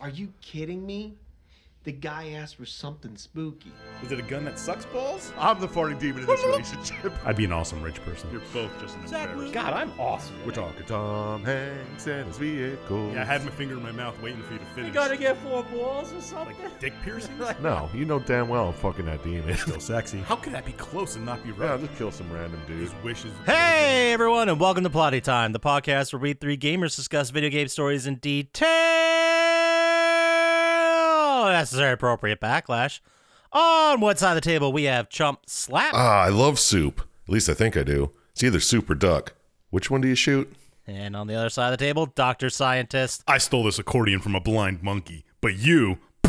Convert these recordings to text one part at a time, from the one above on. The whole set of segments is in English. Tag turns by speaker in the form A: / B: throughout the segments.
A: Are you kidding me? The guy asked for something spooky.
B: Is it a gun that sucks balls?
C: I'm the farting demon in this relationship.
D: I'd be an awesome rich person.
E: You're both just an embarrassment.
B: God, I'm awesome.
C: We're talking Tom Hanks and his vehicle.
E: Yeah, I had my finger in my mouth waiting for you to finish.
B: get four balls or something.
E: like dick piercings?
C: No, you know damn well I'm fucking that demon.
D: Still sexy.
E: How could that be close and not be
C: yeah, I'll
E: right?
C: just kill some random dude.
E: His wishes.
F: Hey, everyone, and welcome to Plotty Time, the podcast where we three gamers discuss video game stories in detail. Necessary appropriate backlash. On one side of the table, we have Chump Slap.
C: Ah, I love soup. At least I think I do. It's either soup or duck. Which one do you shoot?
F: and on the other side of the table, Dr. Scientist.
E: I stole this accordion from a blind monkey, but you,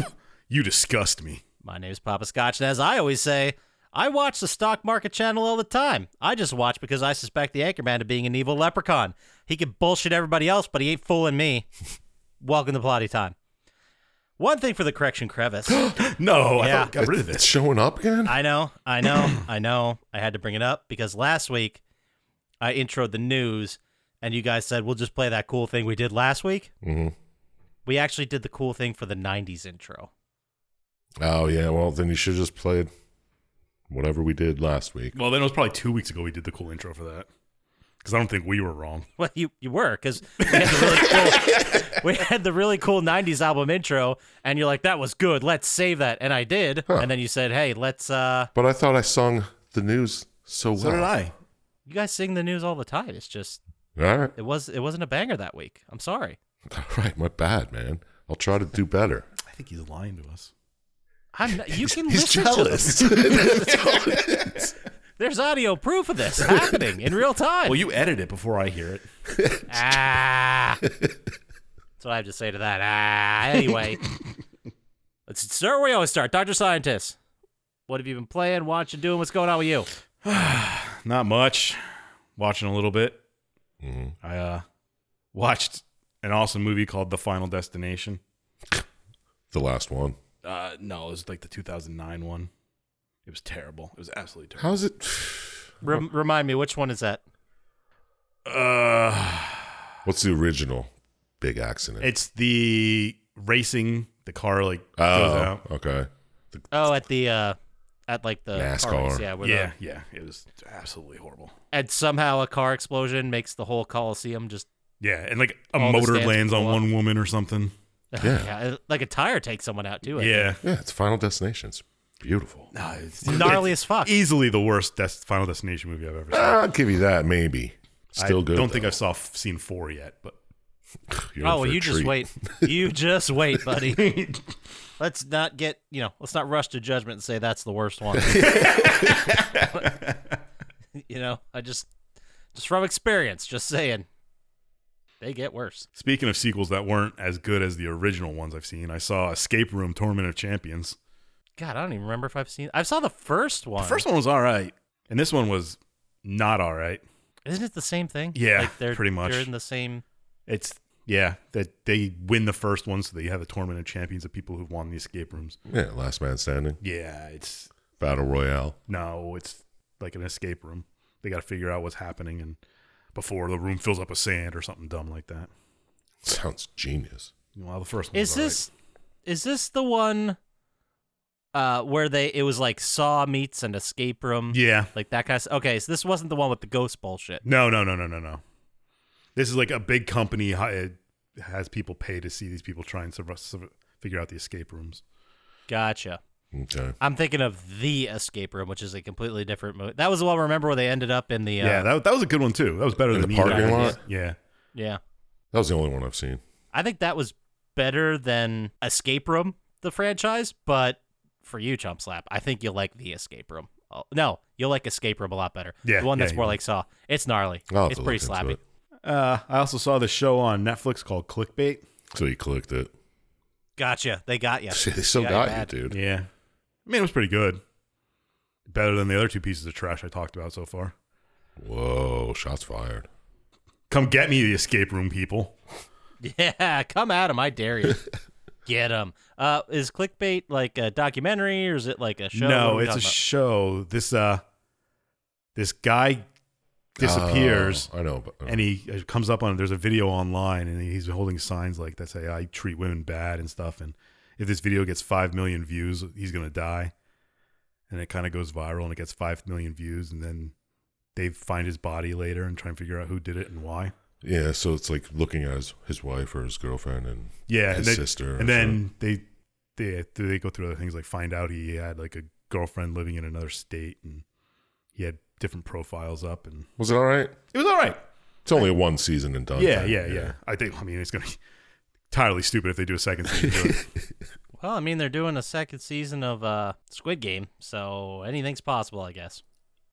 E: you disgust me.
F: My name's Papa Scotch, and as I always say, I watch the stock market channel all the time. I just watch because I suspect the Anchorman of being an evil leprechaun. He can bullshit everybody else, but he ain't fooling me. welcome to Plotty Time. One thing for the correction crevice.
E: No, I
F: Yeah.
E: thought we got rid of
C: It's
E: this.
C: showing up again?
F: I know, I know, I know. I had to bring it up because last week I introed the news and you guys said we'll just play that cool thing we did last week.
C: hmm
F: We actually did the cool thing for the 90s intro.
C: Oh, yeah. Well, then you should just played whatever we did last week.
E: Well, then it was probably two weeks ago we did the cool intro for that. Because I don't think we were wrong.
F: Well, you, you were because we, had the really cool- we had the really cool 90s album intro and you're like, that was good. Let's save that. And I did.
C: Huh.
F: And then you said, hey, let's. uh
C: But I thought I sung the news so well.
B: So did I.
F: You guys sing the news all the time. It's just,
C: All right.
F: it, was, it wasn't a banger that week. I'm sorry.
C: All right. My bad, man. I'll try to do better.
B: I think he's lying to us.
F: I'm not, you can
C: He's
F: listen to
C: jealous. That's all it is.
F: There's audio proof of this happening in real time.
B: Well, you edit it before I hear it.
F: ah. That's what I have to say to that. Ah. Anyway, let's start where we always start. Dr. Scientist, what have you been playing, watching, doing? What's going on with you?
B: Not much. Watching a little bit.
C: Mhm.
B: I uh, watched an awesome movie called The Final Destination.
C: the last one.
B: Uh, no, it was like the 2009 one. It was terrible. It was absolutely terrible.
C: How's it?
F: Rem- remind me, which one is that?
B: Uh,
C: What's the original big accident?
B: it's the racing. The car like
C: oh,
B: goes out.
C: okay.
F: Oh, at the, uh, at like the car
C: NASCAR.
F: race, yeah, where the-
B: Yeah, yeah. It was absolutely horrible.
F: and somehow a car explosion makes the whole Coliseum just,
E: Yeah, and like a
F: All the
E: motor
F: stands
E: lands on
F: blow up.
E: one woman or something.
C: Yeah.
F: yeah, like a tire takes someone out too. I think.
E: Yeah.
C: Yeah, it's Final Destination. It's beautiful.
B: No, it's,
F: Gnarly as fuck.
E: Easily the worst des- Final Destination movie I've ever seen.
C: I'll give you that. Maybe still
B: I
C: good.
B: Don't think I've saw seen four yet, but
C: You're in
F: Oh, well,
C: for a
F: you just
C: treat.
F: wait. You just wait, buddy. let's not get, you know, let's not rush to judgment and say that's the worst one. you know, I just, just from experience, just saying, they get worse.
E: Speaking of sequels that weren't as good as the original ones I've seen, I saw Escape Room Tournament of Champions.
F: God, I don't even remember if I've seen. I saw the first one.
B: the first one was all right, and this one was not all right.
F: isn't it the same thing?
B: Yeah,
F: like they're
B: pretty much.
F: They're in the same.
B: It's yeah that they win the first one, so they have a tournament of champions of people who've won the escape rooms.
C: Yeah, Last Man Standing,
B: Yeah, it's
C: Battle Royale.
B: no, it's like an escape room. They got to figure out what's happening, and before the room fills up with sand or something dumb like that.
C: Sounds genius.
B: Well, the first one
F: Is
B: was all right.
F: this, is this the one, uh, where they it was like Saw meets an escape room,
B: Yeah,
F: like that kind of. Okay, so this wasn't the one with the ghost bullshit.
B: No, no, no, no, no, no. This is like a big company hi- has people pay to see these people try and sur- sur- figure out the escape rooms.
F: Gotcha.
C: Okay.
F: I'm thinking of the escape room, which is a completely different movie. That was the one. Remember where they ended up in the? Uh,
B: Yeah, that, that was a good one too. That was better
C: In
B: than
C: the
B: either
C: parking
B: one.
C: lot?
B: Yeah,
F: yeah.
C: That was the only one I've seen.
F: I think that was better than Escape Room, the franchise. But for you, Chump Slap, I think you'll like the Escape Room. Oh, no, you'll like Escape Room a lot better.
B: Yeah,
F: the one
B: yeah,
F: that's
B: you
F: more
B: will.
F: like Saw. It's gnarly.
C: I'll have
F: it's
C: to
F: pretty
C: look into
F: slappy.
C: it.
B: uh, I also saw the show on Netflix called Clickbait.
C: So you clicked it.
F: Gotcha. They got you.
C: they still
F: Yeah,
C: got
F: bad.
C: you, dude.
B: Yeah, I mean it was pretty good. Better than the other two pieces of trash I talked about so far.
C: Whoa, shots fired.
B: Come get me, the escape room people.
F: Yeah, come at him. I dare you. Get him. Uh, is clickbait like a documentary or is it like a show? What
B: no,
F: are we
B: it's a
F: talking about?
B: show. This uh, this uh, guy
E: disappears
C: Oh, I know, but
E: and he it comes up on there's a video online and he's holding signs like that say I treat women bad and stuff and if this video gets 5 million views he's going to die and it kind of goes viral and it gets 5 million views and then they find his body later and try and figure out who did it and why
C: yeah. So it's like looking at his, his wife or his girlfriend, and
E: yeah
C: His
E: and they-
C: sister or
E: and then they they they go through other things like find out he had like a girlfriend living in another state and he had different profiles up and
C: was it all right?
E: it was all right
C: It's only one season and done.
E: yeah
C: thing.
E: yeah yeah i think i mean it's going to be entirely stupid if they do a second season
F: Well, I mean, they're doing a second season of uh, Squid Game, so anything's possible, I guess.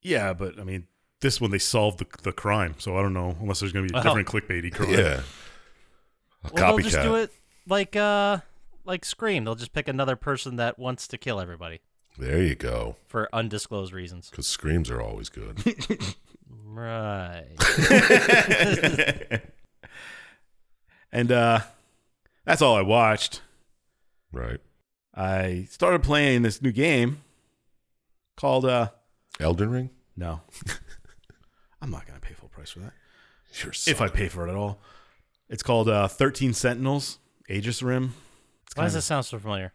E: Yeah, but I mean, this one they solved the, the crime, so I don't know unless there's going to be a
F: Well.
E: different clickbaity crime.
C: yeah. A
F: Well, they'll just do
C: copycat.
F: it like uh, like Scream. They'll just pick another person that wants to kill everybody
C: There you go.
F: for undisclosed reasons.
C: Because screams are always good.
F: Right.
E: and uh, that's all I watched.
C: right.
E: I started playing this new game called uh,
C: Elden Ring.
E: no, I'm not going to pay full price for that.
C: You're
E: If I pay for it at all, it's called uh, Thirteen Sentinels, Aegis Rim,
F: Why does this sound so familiar?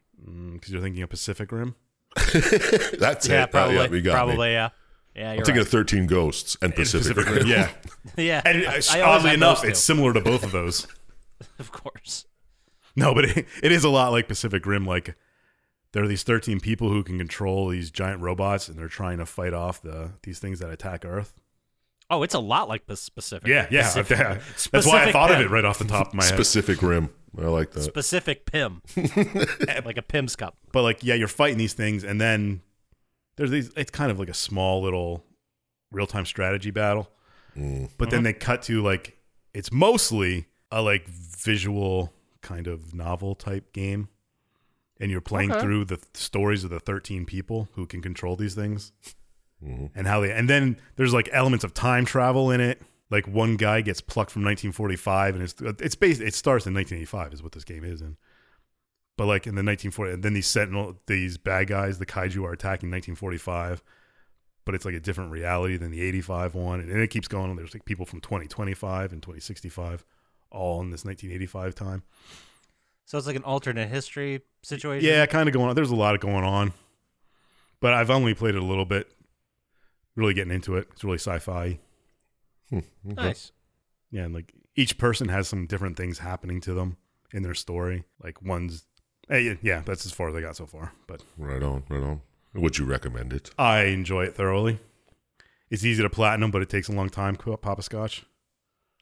E: because you're thinking of Pacific Rim.
C: That's
F: Yeah,
C: it. That-
F: probably.
C: yeah, you got me.
F: probably, yeah. Yeah,
C: I'm
F: you're
C: thinking
F: right.
C: of 13 Ghosts and Pacific, Rim.
E: yeah.
F: yeah.
E: And
F: I-
E: uh,
F: I always
E: oddly
F: have
E: enough,
F: those
E: it's
F: two,
E: similar to both of those.
F: of course.
E: No, but it, it is a lot like Pacific Rim. Like there are these thirteen people who can control these giant robots, and they're trying to fight off the these things that attack Earth.
F: Oh, it's a lot like Pac- Pacific.
E: Yeah, yeah,
F: Pacific,
E: yeah. That's why I
F: Specific
E: thought of
F: Rim.
E: it right off the top of my head.
C: Pacific Rim. I like that.
F: Pacific Pim, like a Pim's cup.
E: But like, yeah, you're fighting these things, and then there's these. It's kind of like a small little real time strategy battle.
C: Mm-hmm.
E: But then they cut to like it's mostly a like visual kind of novel type game. And you're playing through the th- stories of the 13 people who can control these things.
C: Mm-hmm.
E: and how they and then there's like elements of time travel in it. Like one guy gets plucked from 1945, and it's it's based it starts in 1985 is what this game is in. But like in the 1940, and then these sentinel these bad guys, the kaiju are attacking 1945, but it's like a different reality than the 85 one, and, then it keeps going. And there's like people from 2025 and 2065, all in this 1985 time.
F: So it's like an alternate history situation.
E: Yeah, kind of going on. There's a lot going on, but I've only played it a little bit. Really getting into it. It's really sci-fi.
C: Mm-hmm.
F: Nice.
E: Yeah, and like each person has some different things happening to them in their story. Like one's, eh, yeah, yeah, that's as far as I got so far. But
C: Right on. Right on. Would you recommend it?
E: I enjoy it thoroughly. It's easy to platinum, but it takes a long time. Co- Papa Scotch.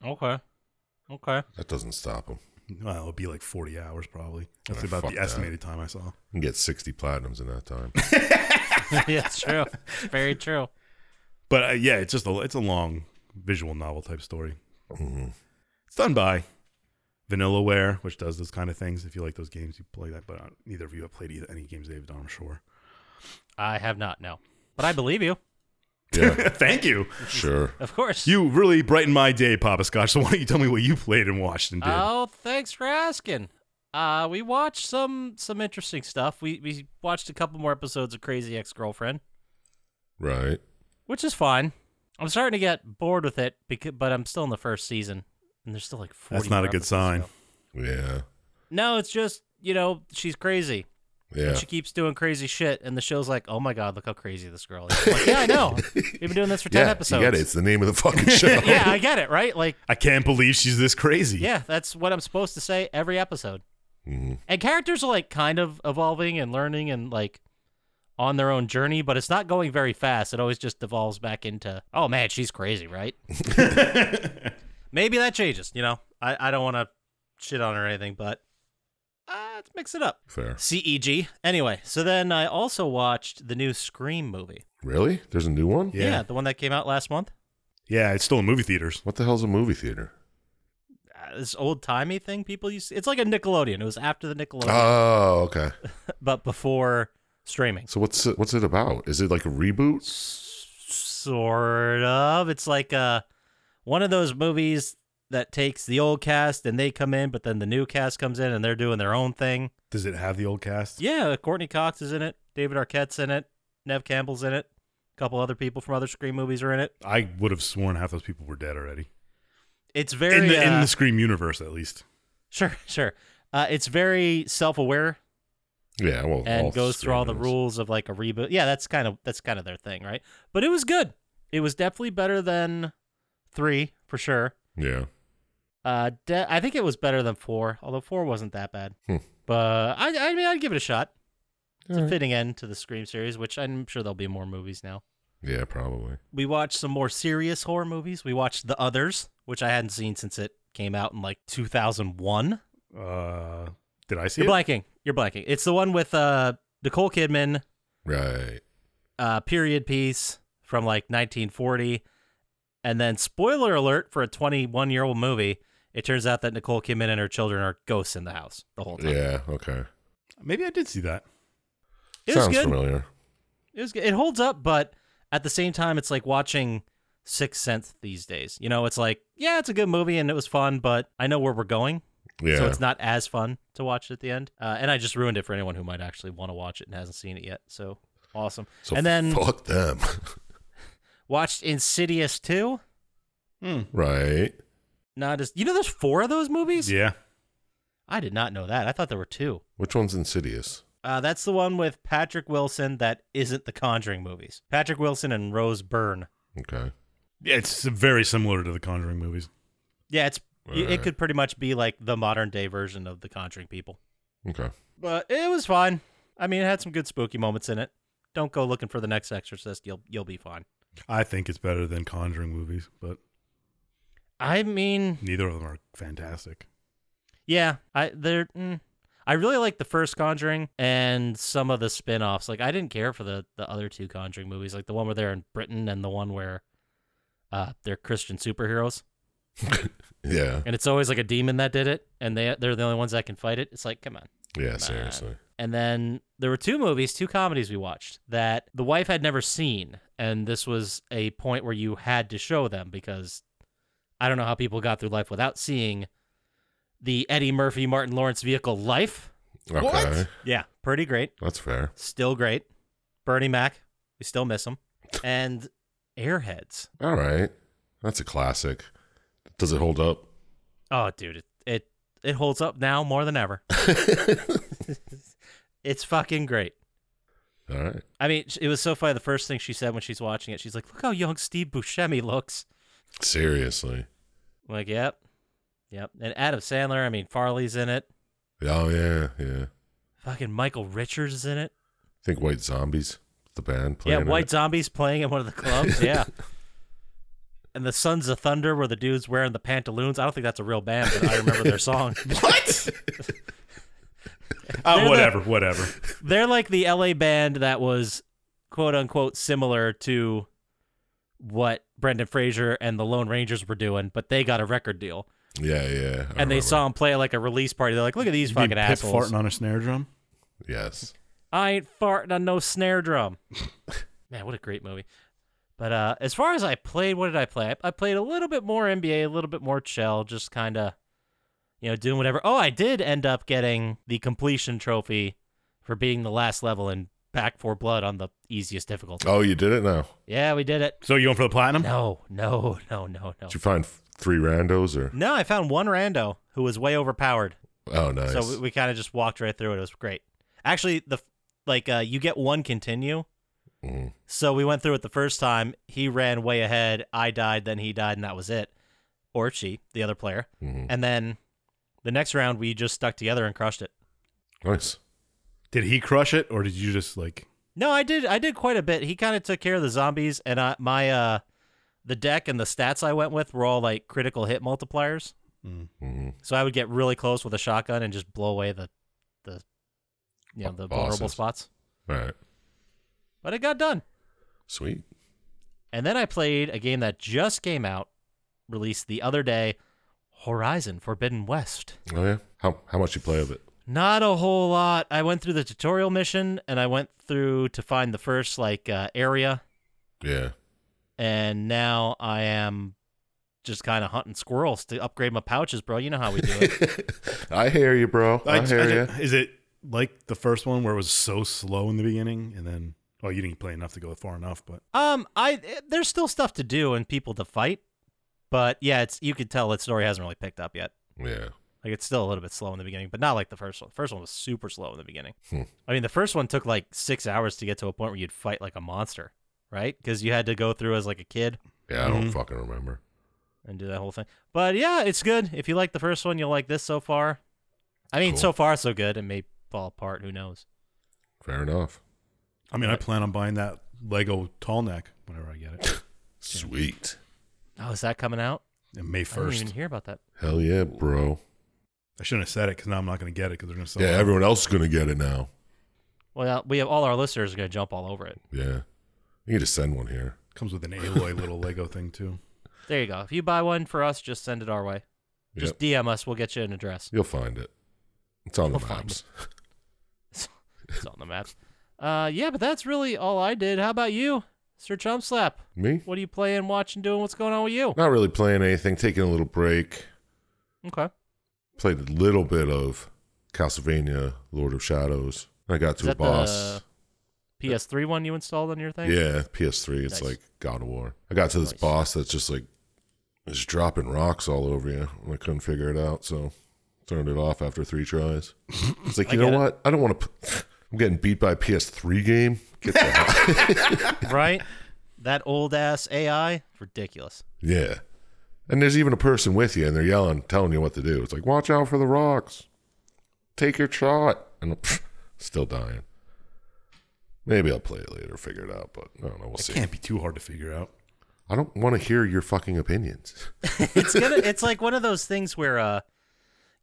F: Okay. Okay.
C: That doesn't stop him.
E: Well, it'll be like forty hours probably. That's
C: Ah,
E: about
C: fuck
E: the
C: that.
E: estimated time I saw.
C: You can get 60 platinums in that time.
F: yeah, it's true. It's very true.
E: But uh, yeah, it's just a it's a long visual novel type story.
C: Mm-hmm.
E: It's done by Vanillaware, which does those kind of things. If you like those games, you play that. But uh, neither of you have played either, any games they've done. I'm sure.
F: I have not, no. But I believe you.
C: Yeah,
E: Thank you.
C: sure.
F: Of course.
E: You really brightened my day, Papa Scotch. So why don't you tell me what you played and watched and did?
F: Oh, thanks for asking. Uh, we watched some some interesting stuff. We we watched a couple more episodes of Crazy Ex-Girlfriend,
C: Right.
F: which is fine. I'm starting to get bored with it because, but I'm still in the first season and there's still like 40
E: That's not
F: more
E: a good
F: episodes
E: sign.
F: to go.
C: Yeah.
F: No, it's just, you know, she's crazy.
C: Yeah.
F: And she keeps doing crazy shit, and the show's like, "Oh my god, look how crazy this girl is." I'm like, yeah, I know. We've been doing this for ten
C: yeah.
F: episodes.
C: You get it. It's the name of the fucking show.
F: Yeah, I get it. Right? Like,
E: I can't believe she's this crazy.
F: yeah, that's what I'm supposed to say every episode.
C: Mhm.
F: And characters are like kind of evolving and learning and like on their own journey, but it's not going very fast. It always just devolves back into, "Oh man, she's crazy," right? Maybe that changes. You know, I I don't want to shit on her or anything, but uh, let's mix it up.
C: Fair.
F: CEG. Anyway, so then I also watched the new Scream movie.
C: Really? There's a new one?
E: Yeah.
F: Yeah. the one that came out last month.
E: Yeah, it's still in movie theaters.
C: What the hell's a movie theater?
F: Uh, this old timey thing people used. To, it's like a Nickelodeon. It was after the Nickelodeon,
C: Oh, okay.
F: but before streaming.
C: So what's it, what's it about? Is it like a reboot?
F: Sort of. It's like uh, one of those movies that takes the old cast and they come in, but then the new cast comes in and they're doing their own thing.
E: Does it have the old cast?
F: Yeah, Courtney Cox is in it. David Arquette's in it. Nev Campbell's in it. A couple other people from other Scream movies are in it.
E: I would have sworn half those people were dead already
F: It's very
E: in the
F: uh,
E: in the Scream universe, at least.
F: sure, sure. Uh, it's very self-aware
C: Yeah, well,
F: and
C: all
F: goes through all the
C: streamers.
F: rules of like a reboot. Yeah, that's kind of that's kind of their thing, right? But it was good. It was definitely better than three for sure.
C: Yeah,
F: Uh, de- I think it was better than four, although four wasn't that bad.
C: Hmm.
F: But I, I mean, I'd give it a shot. It's a
C: Alright.
F: fitting end to the Scream series, which I'm sure there'll be more movies now.
C: yeah, probably.
F: We watched some more serious horror movies. We watched The Others, which I hadn't seen since it came out in like 2001.
E: Uh, did I see
F: You're
E: it?
F: blanking. You're blanking. It's the one with uh, Nicole Kidman,
C: Right.
F: uh, period piece from like 1940. And then, spoiler alert for a 21 year old movie, it turns out that Nicole Kidman and her children are ghosts in the house the whole time.
C: Yeah. Okay.
E: Maybe I did see that.
F: It was
C: Sounds
F: good.
C: familiar.
F: It was good. It holds up, but at the same time, it's like watching Sixth Sense these days. You know, it's like, yeah, it's a good movie and it was fun, but I know where we're going.
C: Yeah.
F: So it's not as fun to watch at the end. Uh, and I just ruined it for anyone who might actually want to watch it and hasn't seen it yet. So awesome.
C: So
F: and then
C: fuck them.
F: watched Insidious 2. Hmm.
C: right.
F: Not as you know, there's four of those movies.
E: Yeah,
F: I did not know that. I thought there were two.
C: Which one's insidious?
F: Uh, that's the one with Patrick Wilson that isn't the Conjuring movies. Patrick Wilson and Rose Byrne.
C: Okay.
E: yeah. It's very similar to the Conjuring movies.
F: Yeah, it's y it
C: Alright.
F: could pretty much be like the modern day version of the Conjuring people.
C: Okay.
F: But it was fine. I mean, it had some good spooky moments in it. Don't go looking for the next Exorcist. You'll you'll be fine.
E: I think it's better than Conjuring movies, but
F: I mean,
E: neither of them are fantastic.
F: yeah, I there. Mm, I really like the first Conjuring and some of the spin-offs. Like I didn't care for the the other two Conjuring movies, like the one where they're in Britain and the one where uh they're Christian superheroes.
C: Yeah.
F: And it's always like a demon that did it and they they're the only ones that can fight it. It's like, come on.
C: Yeah. Seriously.
F: And then there were two movies, two comedies we watched that the wife had never seen. And this was a point where you had to show them because I don't know how people got through life without seeing the Eddie Murphy, Martin Lawrence vehicle Life.
C: Okay.
A: What?
F: Yeah. Pretty great.
C: That's fair.
F: Still great. Bernie Mac. We still miss him. And Airheads.
C: All right. That's a classic. Does it hold up?
F: Oh, dude. It, it, it holds up now more than ever. it's fucking great.
C: All right.
F: I mean, it was so funny. The first thing she said when she's watching it, she's like, "Look how young Steve Buscemi looks."
C: Seriously.
F: I'm like, "Yep, yep." And Adam Sandler. I mean, Farley's in it.
C: Oh yeah. Yeah.
F: Fucking Michael Richards is in it.
C: I think White Zombies, the band. Playing
F: yeah,
C: in
F: White
C: it.
F: Zombies playing in one of the clubs. yeah. And the Sons of Thunder were the dudes wearing the pantaloons. I don't think that's a real band, but I remember their song.
E: What? oh,
F: They're
E: Uh, whatever, whatever.
F: They're like the LA band that was quote unquote similar to what Brendan Fraser and the Lone Rangers were doing, but they got a record deal.
C: Yeah. Yeah. I
F: and they
C: remember.
F: saw him play at, like a release party. They're like, "Look at these
E: You mean
F: fucking
E: Pip
F: assholes!
E: farting on a snare drum.
C: Yes.
F: I ain't farting on no snare drum." Man, what a great movie! But uh, as far as I played, what did I play? I, I played a little bit more NBA, a little bit more Chell, just kind of, you know, doing whatever. Oh, I did end up getting the completion trophy for beating the last level in Back for Blood on the easiest difficulty.
C: Oh, you did it now.
F: Yeah, we did it.
E: So you going for the platinum?
F: No, no, no, no, no.
C: Did you find f- three randos or?
F: No, I found one rando who was way overpowered.
C: Oh, nice.
F: So we, we kind of just walked right through it. It was great. Actually, the f- like uh, you get one continue.
C: Mhm.
F: So we went through it the first time. He ran way ahead. I died. Then he died, and that was it. Or she, the other player.
C: Mhm.
F: And then the next round, we just stuck together and crushed it.
C: Nice.
E: Did he crush it, or did you just like?
F: No, I did. I did quite a bit. He kind of took care of the zombies, and I, my uh, the deck and the stats I went with were all like critical hit multipliers.
C: hmm
F: So I would get really close with a shotgun and just blow away the, the, you know, the vulnerable
C: Bosses.
F: spots.
C: All right.
F: But it got done.
C: Sweet.
F: And then I played a game that just came out, released the other day, Horizon Forbidden West.
C: Oh yeah. How how much you play of it?
F: Not a whole lot. I went through the tutorial mission and I went through to find the first like uh, area
C: Yeah.
F: and now I am just kind of hunting squirrels to upgrade my pouches, bro. You know how we do it.
C: I hear you, bro. I, hear you.
E: Is it like the first one where it was so slow in the beginning, and then Well, you didn't play enough to go far enough, but
F: Um, I eh, there's still stuff to do and people to fight, but yeah, it's you could tell that story hasn't really picked up yet.
C: Yeah.
F: Like it's still a little bit slow in the beginning, but not like the first one. The first one was super slow in the beginning.
C: Hmm.
F: I mean, the first one took like six hours to get to a point where you'd fight like a monster, right? Because you had to go through as like a kid
C: Yeah, I
F: Mm-hmm.
C: don't
E: Mhm.
C: fucking remember.
F: and do that whole thing. But yeah, it's good. If you like the first one, you'll like this so far. I mean,
C: Cool.
F: so far so good. It may fall apart. Who knows?
C: Fair enough.
E: I mean, I plan on buying that Lego tall neck whenever I get it.
C: Sweet.
F: Oh, is that coming out?
E: And May
F: I didn't
E: first.
F: even hear about that.
C: Hell yeah, bro.
E: I shouldn't have said it because now I'm not going to get it because they're going to sell.
C: yeah,
E: it.
C: everyone else is gonna get it now.
F: Well, we have all our listeners are going to jump all over it.
C: Yeah. You need to send one here.
E: comes with an Aloy little Lego thing too.
F: There you go. If you buy one for us, just send it our way. Just
C: Yep.
F: DM us. We'll get you an address.
C: You'll find it. It's on the
F: We'll find
C: maps.
F: It's on the maps. Uh, yeah, but that's really all I did. How about you, Sir Chump Slap?
C: Me?
F: What are you playing, watching, doing? What's going on with you?
C: Not really playing anything, taking a little break.
F: Okay.
C: Played a little bit of Castlevania, Lord of Shadows. I got
F: Is
C: to a
F: that the
C: boss.
F: PS3 one you installed on your thing?
C: Yeah, PS3. It's
F: Nice.
C: like God of War. I got to this
F: Nice.
C: boss that's just like just dropping rocks all over you, and I couldn't figure it out, so turned it off after three tries. It's like
F: I
C: you know
F: get it.
C: what? I don't want to. P- I'm getting beat by a PS3 game. Get the hell.
F: Right? That old ass AI? Ridiculous.
C: yeah. And there's even a person with you, and they're yelling, telling you what to do. It's like, watch out for the rocks. Take your shot. And I'm still dying. Maybe I'll play it later, figure it out, but I don't know. We'll
E: It
C: see.
E: can't be too hard to figure out.
C: I don't want to hear your fucking opinions.
F: It's gonna it's like one of those things where uh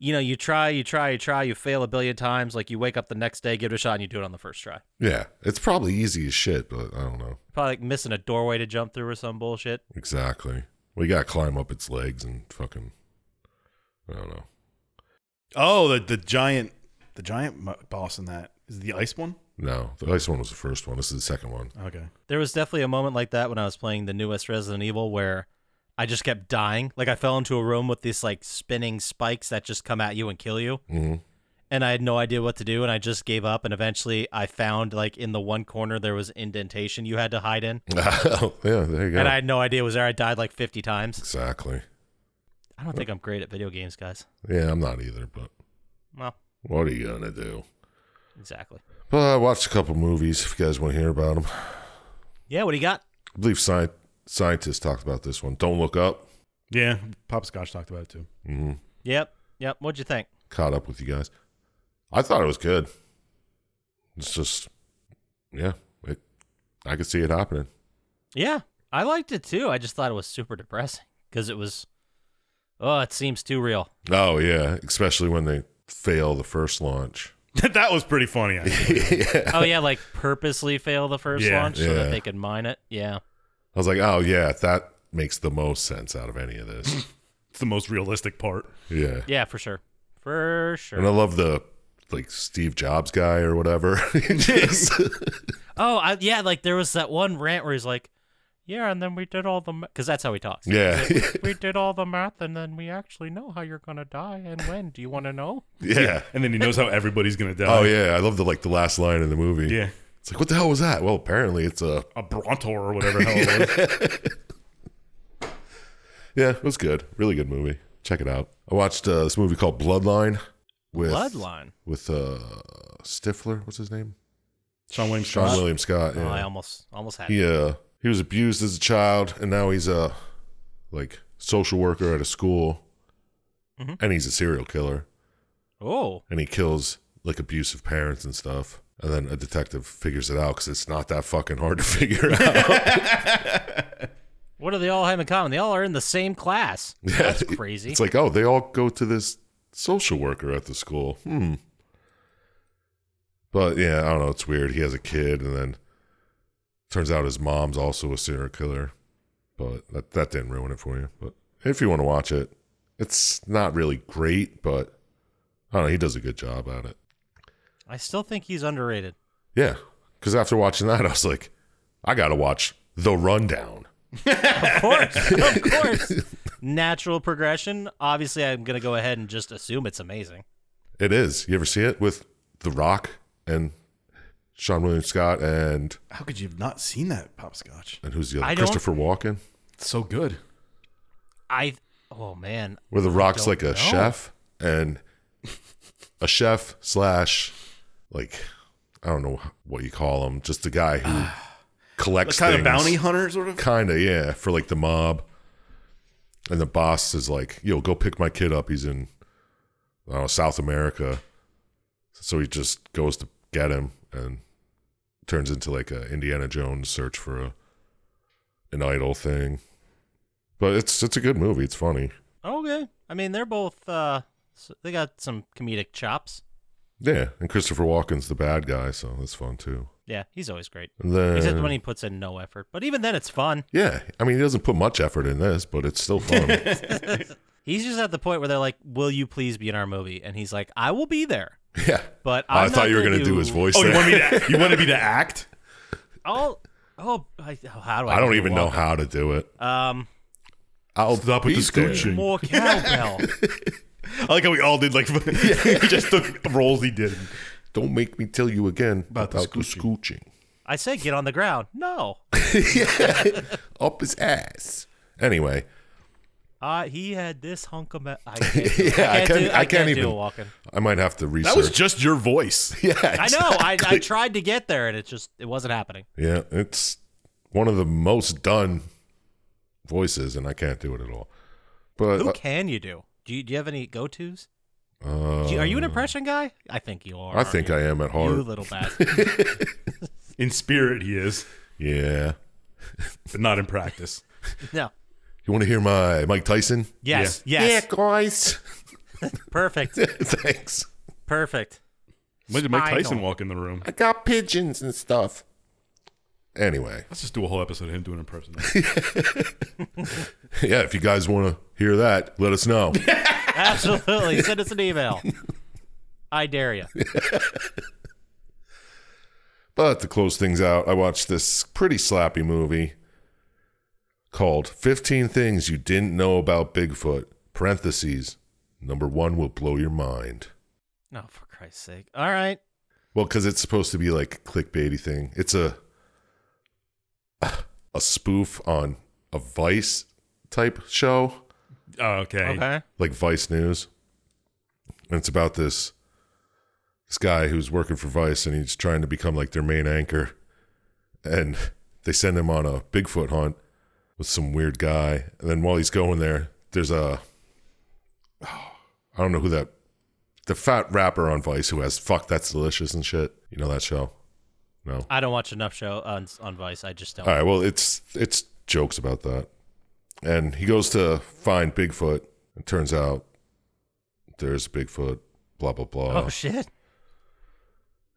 F: you know, you try, you try, you try, you fail a billion times, like you wake up the next day, give it a shot, and you do it on the first try.
C: Yeah, it's probably easy as shit, but I don't know
F: Probably like missing a doorway to jump through or some bullshit.
C: exactly. We got to climb up its legs and fucking. I don't know.
E: Oh, the the giant, the giant mo- boss in that is it the ice one.
C: No, the ice one was the first one. This is the second one.
E: Okay.
F: There was definitely a moment like that when I was playing the newest Resident Evil where I just kept dying. Like I fell into a room with these like spinning spikes that just come at you and kill you.
C: hmm
F: And I had no idea what to do and I just gave up and eventually I found like in the one corner there was indentation you had to hide in.
C: yeah, there you go.
F: And I had no idea it was there. I died like fifty times.
C: exactly.
F: I don't think I'm great at video games, guys.
C: Yeah, I'm not either, but
F: Well,
C: what are you gonna do?
F: exactly.
C: Well, I watched a couple movies. If you guys want to hear about them, I
F: Yeah, what do you got?
C: believe sci- scientists talked about this one. Don't look up.
E: Yeah, Pop Scotch talked about it too.
C: hmm
F: Yep. Yep. What'd you think?
C: Caught up with you guys. I thought it was good. It's just, yeah, it, I could see it happening.
F: Yeah, I liked it too. I just thought it was super depressing because it was, oh, it seems too real.
C: Oh yeah, especially when they fail the first launch.
E: that was pretty funny. actually.
C: yeah.
F: Oh yeah, like purposely fail the first
E: Yeah.
F: launch so
C: Yeah.
F: that they could mine it. Yeah.
C: I was like, oh yeah, that makes the most sense out of any of this.
E: it's the most realistic part.
C: Yeah.
F: Yeah, for sure. For
C: And I
F: sure.
C: love the like Steve Jobs guy or whatever. Just-
F: Oh, I, yeah, like there was that one rant where he's like, "Yeah, and then we did all the because that's how he talks.
C: yeah.
F: We did all the math, and then we actually know how you're gonna die and when. Do you want to know?
C: yeah.
E: And then he knows how everybody's gonna die.
C: Oh yeah, I love the like the last line in the movie.
E: Yeah.
C: It's like, what the hell was that? Well, apparently it's a
E: A Bronto or whatever the hell it was.
C: yeah, it was good. Really good movie. Check it out. I watched uh, this movie called Bloodline with
F: Bloodline.
C: with uh Stifler, what's his name?
E: Sean Williams.
C: Sean
E: Scott.
C: William Scott.
F: Oh,
C: uh, yeah.
F: I almost almost had. it.
C: he uh he was abused as a child and now he's a like social worker at a school
F: Mhm.
C: and he's a serial killer uh,
F: Oh,
C: and he kills like abusive parents and stuff and then a detective figures it out because it's not that fucking hard to figure out
F: what do they all have in common? They all are in the same class. That's crazy.
C: it's like oh they all go to this social worker at the school hmm but yeah i don't know it's weird he has a kid and then turns out his mom's also a serial killer but that, that didn't ruin it for you but if you want to watch it it's not really great but i don't know he does a good job at it
F: I still think he's underrated.
C: yeah because after watching that i was like i gotta watch the rundown
F: Of course, of course. Natural progression. Obviously, I'm gonna go ahead and just assume it's amazing.
C: it is you ever see it with the rock and Sean William Scott and
E: How could you have not seen that Popscotch?
C: and who's the other?
F: I don't-
C: Christopher Walken.
E: It's so good.
F: I oh man,
C: Where the rock's like a
F: know.
C: chef and a chef slash like I don't know what you call him, just the guy who collects
E: kind of
C: things.
E: bounty hunter sort of.
C: Kinda, yeah, for like the mob. And the boss is like, yo, go pick my kid up. He's in I don't know, South America. So he just goes to get him and turns into like a Indiana Jones search for a an idol thing. But it's it's a good movie. It's funny.
F: okay. I mean, they're both uh, s- they got some comedic chops.
C: Yeah, and Christopher Walken's the bad guy, so that's fun too.
F: Yeah, he's always great.
C: And then,
F: Except when he puts in no effort, but even then, it's fun.
C: yeah, I mean he doesn't put much effort in this, but it's still fun.
F: He's just at the point where they're like, "Will you please be in our movie?" And he's like, "I will be there."
C: yeah,
F: But
C: Oh, I
F: I'm
C: thought
F: not
C: you were
F: gonna
C: gonna do his
F: do-
C: voice.
E: Oh, you
C: there.
E: want me to? You wanted me to act?
F: I'll. Oh, I, oh, how do I?
C: I don't
F: do
C: even know how to do it.
F: how. Um,
C: I'll
E: Stop with
C: be
E: the
C: there.
E: scooching.
F: more cowbell.
E: I like how we all did like just the roles he did.
C: Don't make me tell you again
E: About
C: about,
E: the
C: the scooching.
F: I say get on the ground. No,
C: Up his ass. Anyway,
F: uh, he had this hunk of. Me- I can't, do-
C: Yeah, I
F: I
C: can't-
F: can't, do,
C: I can't
F: do
C: even-
F: a walking.
C: I might have to research.
E: That was just your voice.
C: yeah,
F: I know. I, I tried to get there, and it just it wasn't happening.
C: Yeah, it's one of the most done voices, and I can't do it at all. But
F: Who can you do? Do you, do you have any go tos?
C: uh,
F: Are you an impression guy? I think you are.
C: I think I am at
F: You
C: heart.
F: little bastard.
E: In spirit, he is,
C: Yeah.
E: but not in practice.
F: No.
C: You want to hear my Mike Tyson?
F: Yes. Yes.
C: Yeah, guys.
F: Perfect.
C: Thanks.
F: Perfect.
E: When did Mike
F: Spinal.
E: Tyson walk in the room?
C: I got pigeons and stuff. Anyway,
E: Let's just do a whole episode of him doing an impersonation.
C: yeah, if you guys want to hear that, let us know.
F: Absolutely. Send us an email. I dare you.
C: but to close things out, I watched this pretty slappy movie called 15 Things You Didn't Know About Bigfoot, parentheses, number one will blow your mind.
F: No, for Christ's sake. All right.
C: Well, because it's supposed to be like a clickbaity thing. It's a a spoof on a Vice type show,
E: oh, okay.
F: Okay.
C: like Vice News, and it's about this this guy who's working for Vice and he's trying to become like their main anchor, and they send him on a Bigfoot hunt with some weird guy, and then while he's going there, there's a I don't know who that the fat rapper on Vice who has fuck that's delicious and shit. You know that show? No.
F: I don't watch enough show on, on Vice. I just don't.
C: All right. Well, it's it's jokes about that, and he goes to find Bigfoot. It turns out there's Bigfoot. Blah blah blah.
F: oh shit.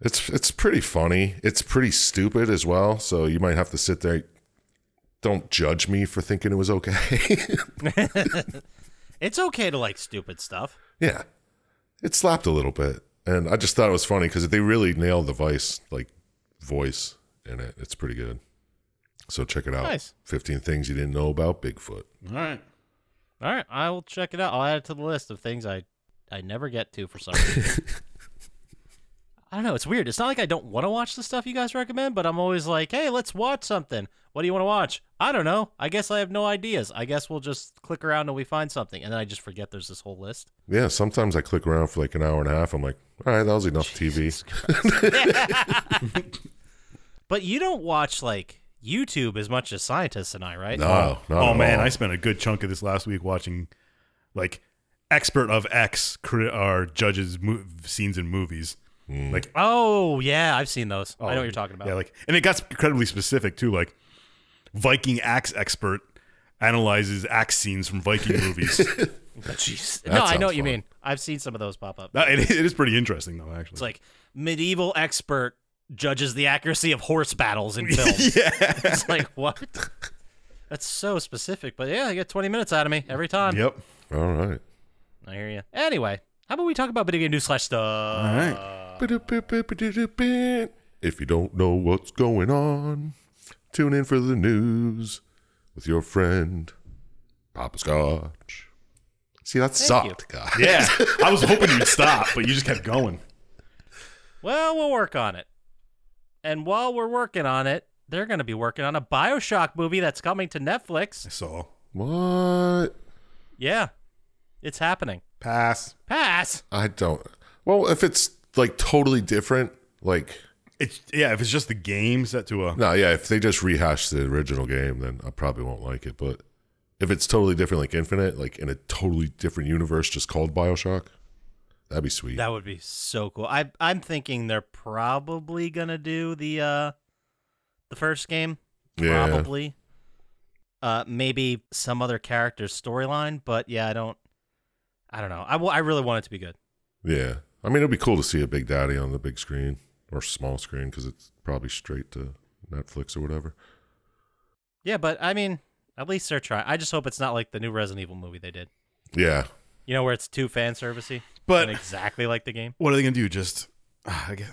C: It's it's pretty funny. It's pretty stupid as well. So you might have to sit there. Don't judge me for thinking it was okay.
F: It's okay to like stupid stuff.
C: yeah, it slapped a little bit, and I just thought it was funny because they really nailed the Vice like voice in it. It's pretty good. So check it out.
F: Nice.
C: Fifteen things you didn't know about Bigfoot.
E: All right.
F: All right, I will check it out. I'll add it to the list of things I I never get to for some reason. I don't know. It's weird. It's not like I don't want to watch the stuff you guys recommend, but I'm always like, hey, let's watch something. What do you want to watch? I don't know. I guess I have no ideas. I guess we'll just click around and we find something. And then I just forget there's this whole list.
C: Yeah, sometimes I click around for like an hour and a half. I'm like, all right, that was enough TV.
F: But you don't watch like YouTube as much as scientists and I, right?
C: No, not
E: oh
C: at
E: man,
C: all.
E: I spent a good chunk of this last week watching, like, expert of X cri- or judges mo- scenes in movies.
C: Hmm.
E: Like
F: Oh yeah, I've seen those. I know
C: Oh,
F: what you're talking about.
E: Yeah, like, and it got incredibly specific too. Like, Viking axe expert analyzes axe scenes from Viking movies. Uh,
F: Jeez.
C: That
F: No, I
C: sounds
F: know what you
C: fun.
F: mean. I've seen some of those pop up.
E: it, it is pretty interesting though, actually.
F: It's like medieval expert judges the accuracy of horse battles in films. yeah. It's like what? That's so specific, but yeah, you get 20 minutes out of me every time.
E: yep.
C: all right.
F: I hear you. Anyway, how about we talk about video game news slash stuff?
E: All right.
C: If you don't know what's going on, tune in for the news with your friend Papa Scotch. See, that sucked, guy.
E: Yeah, I was hoping you'd stop, but you just kept going.
F: Well, we'll work on it. And while we're working on it, they're going to be working on a Bioshock movie that's coming to Netflix.
E: I saw.
C: What?
F: Yeah, it's happening.
E: Pass.
F: Pass.
C: I don't. Well, if it's like totally different, like
E: It's yeah. If it's just the game set to a
C: no, yeah. If they just rehash the original game, then I probably won't like it. But if it's totally different, like Infinite, like in a totally different universe, just called Bioshock, that'd be sweet.
F: That would be so cool. I I'm thinking they're probably going to do the uh the first game.
C: Yeah.
F: Probably. Uh maybe some other character's storyline, but yeah, I don't I don't know. I wa- I really want it to be good.
C: yeah, I mean, it'd be cool to see a Big Daddy on the big screen or small screen because it's probably straight to Netflix or whatever.
F: Yeah, but I mean, at least they're trying. I just hope it's not like the new Resident Evil movie they did.
C: Yeah,
F: You know, where it's too fan servicey,
E: But-
F: and exactly like the game.
E: What are they gonna do? Just ah, I guess,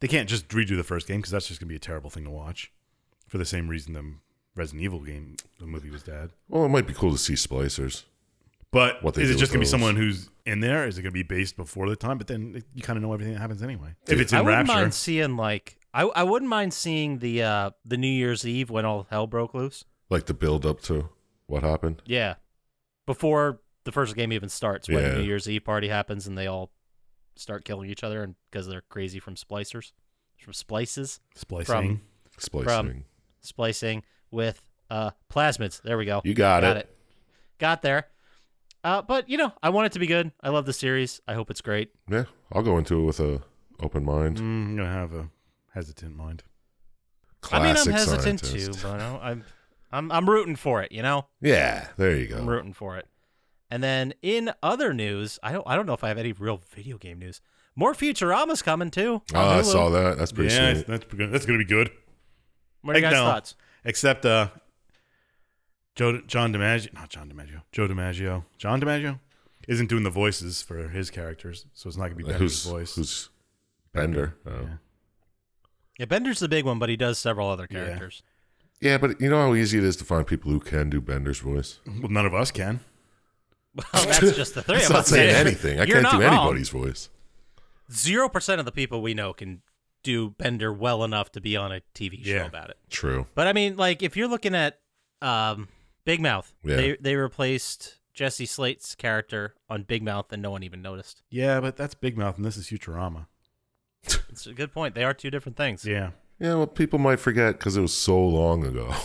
E: they can't just redo the first game because that's just gonna be a terrible thing to watch. For the same reason, the Resident Evil game, the movie was dead.
C: Well, it might be cool to see splicers.
E: But
C: What they
E: is
C: do
E: it just
C: with
E: gonna be
C: those.
E: someone who's in there? Is it gonna be based before the time? But then it- you kind of know everything that happens anyway. If
C: Yeah.
E: it's in
F: I wouldn't
E: Rapture,
F: mind seeing like I I wouldn't mind seeing the uh the New Year's Eve when all hell broke loose.
C: like the build up to what happened.
F: Yeah, before the first game even starts, when
C: Yeah.
F: the New Year's Eve party happens and they all start killing each other, and because they're crazy from splicers, from splices,
E: splicing.
F: From-
C: Splicing.
F: From- splicing with uh plasmids. There we go.
C: You got,
F: Got
C: it.
F: it. Got there. Uh, but you know, I want it to be good. I love the series. I hope it's great.
C: Yeah, I'll go into it with a open mind.
E: Mm, I'm gonna have a hesitant mind.
F: I mean, I'm
C: Classic
F: hesitant
C: scientist.
F: too, but I- I'm, I'm, I'm rooting for it. You know,
C: Yeah, there you
F: I'm
C: go.
F: rooting for it. And then in other news, I don't, I don't know if I have any real video game news. More Futurama's coming too.
C: Oh, I saw that. That's pretty
E: yeah,
C: sweet.
E: that's pretty good. that's gonna be good.
F: What are you
E: Heck
F: guys'
E: no.
F: thoughts?
E: Except uh, Joe, John DiMaggio, not John DiMaggio, Joe DiMaggio, John DiMaggio isn't doing the voices for his characters, so it's not gonna be Bender's
C: who's
E: voice.
C: who's Bender? Oh.
E: Yeah.
C: Yeah.
F: Yeah, Bender's the big one, but he does several other
E: Yeah.
F: characters.
C: but you know how easy it is to find people who can do Bender's voice.
E: Well, none of us can.
F: Well, Oh, that's just the three
C: That's
F: of
C: not
F: us.
C: saying anything. I
F: You're
C: can't do
F: not wrong.
C: anybody's voice.
F: Zero percent of the people we know can do Bender well enough to be on a TV show
E: Yeah.
F: about it.
C: True.
F: But I mean, like if you're looking at um, Big Mouth,
C: Yeah.
F: they they replaced Jesse Slate's character on Big Mouth, and no one even noticed.
E: Yeah, but that's Big Mouth, and this is Futurama.
F: It's a good point. They are two different things.
E: Yeah,
C: Yeah, well, people might forget because it was so long ago.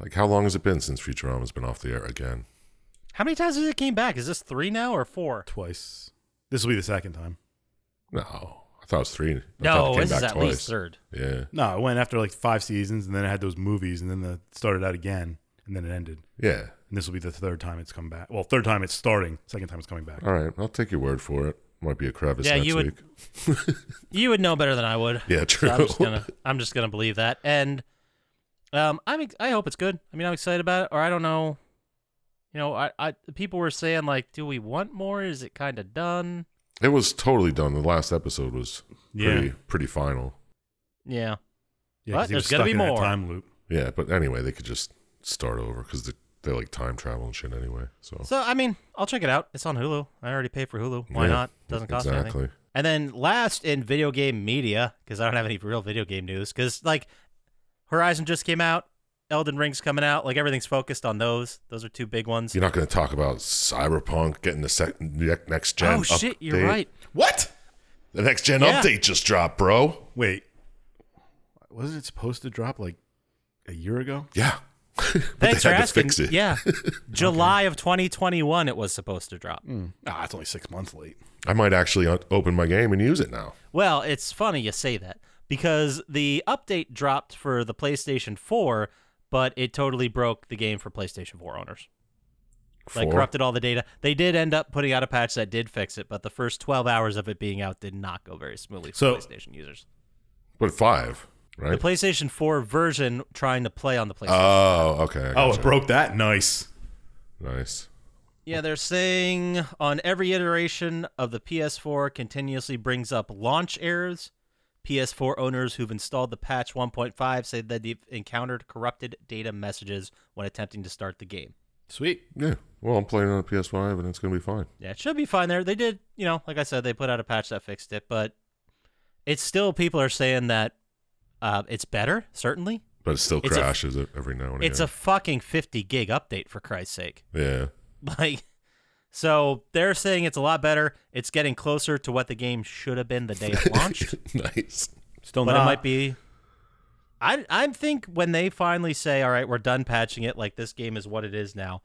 C: Like, how long has it been since Futurama's been off the air again?
F: How many times has it came back? Is this three now or four?
E: twice. This will be the second time.
C: No, I thought it was three. I thought it
F: no,
C: came
F: this is
C: back
F: at least third.
C: Yeah,
E: No, it went after like five seasons, and then it had those movies, and then the, it started out again, and then it ended.
C: yeah.
E: And this will be the third time it's come back. Well, third time it's starting, second time it's coming back.
C: All right, I'll take your word for it. Might be a crevice
F: Yeah,
C: next
F: you would-
C: week.
F: You would know better than I would.
C: Yeah,
F: So
C: true.
F: I'm just gonna I'm just gonna believe that. And um, I'm ex- I hope it's good. I mean, I'm excited about it. Or I don't know. You know, I, I people were saying like, do we want more? Is it kind of done?
C: It was totally done. The last episode was pretty pretty final.
F: Yeah.
E: yeah.
F: But
E: 'cause he
F: there's
E: was
F: gotta
E: stuck
F: be
E: in that
F: more.
E: time loop.
C: Yeah, but anyway, they could just start over because they they like time travel and shit anyway. So,
F: So I mean, I'll check it out. It's on Hulu. I already pay for Hulu. Why
C: Yeah,
F: not? Doesn't cost me
C: exactly.
F: anything. And then last in video game media, because I don't have any real video game news, because like Horizon just came out, Elden Ring's coming out, like everything's focused on those. Those are two big ones.
C: You're not going to talk about Cyberpunk getting the sec- ne- next gen.
F: oh shit, you're
C: update?
F: right.
E: What?
C: The next gen
F: Yeah.
C: update just dropped, bro.
E: Wait, wasn't it supposed to drop like a year ago?
C: Yeah, but
F: Thanks
C: they
F: for
C: had to
F: asking.
C: fix it.
F: Yeah, July of 2021, it was supposed to drop.
E: Ah, it's only six months late.
C: I might actually un- open my game and use it now.
F: Well, it's funny you say that because the update dropped for the PlayStation 4, but it totally broke the game for PlayStation 4 owners. like
C: Four.
F: corrupted all the data. They did end up putting out a patch that did fix it, but the first 12 hours of it being out did not go very smoothly for
E: So-
F: PlayStation users.
C: but five,
F: The
C: right?
F: PlayStation 4 version trying to play on the PlayStation.
C: oh, okay. I
E: Oh,
C: gotcha.
E: it broke that. Nice.
C: Nice.
F: yeah, they're saying on every iteration of the PS4 continuously brings up launch errors. PS4 owners who've installed the patch 1.5 say that they've encountered corrupted data messages when attempting to start the game.
E: Sweet.
C: Yeah. Well, I'm playing on a PS5 and it's going to be fine.
F: Yeah, it should be fine there. They did, you know, like I said, they put out a patch that fixed it, but It's still people are saying that uh, it's better. Certainly,
C: but it still
F: It's a-
C: crashes it every now and
F: it's a
C: again.
F: fucking 50 gig update for Christ's sake.
C: yeah.
F: Like, so they're saying it's a lot better. It's getting closer to what the game should have been the day it launched,
C: nice.
E: Still
F: but
E: not.
F: it might be. I I think when they finally say, "All right, we're done patching it. Like this game is what it is now,"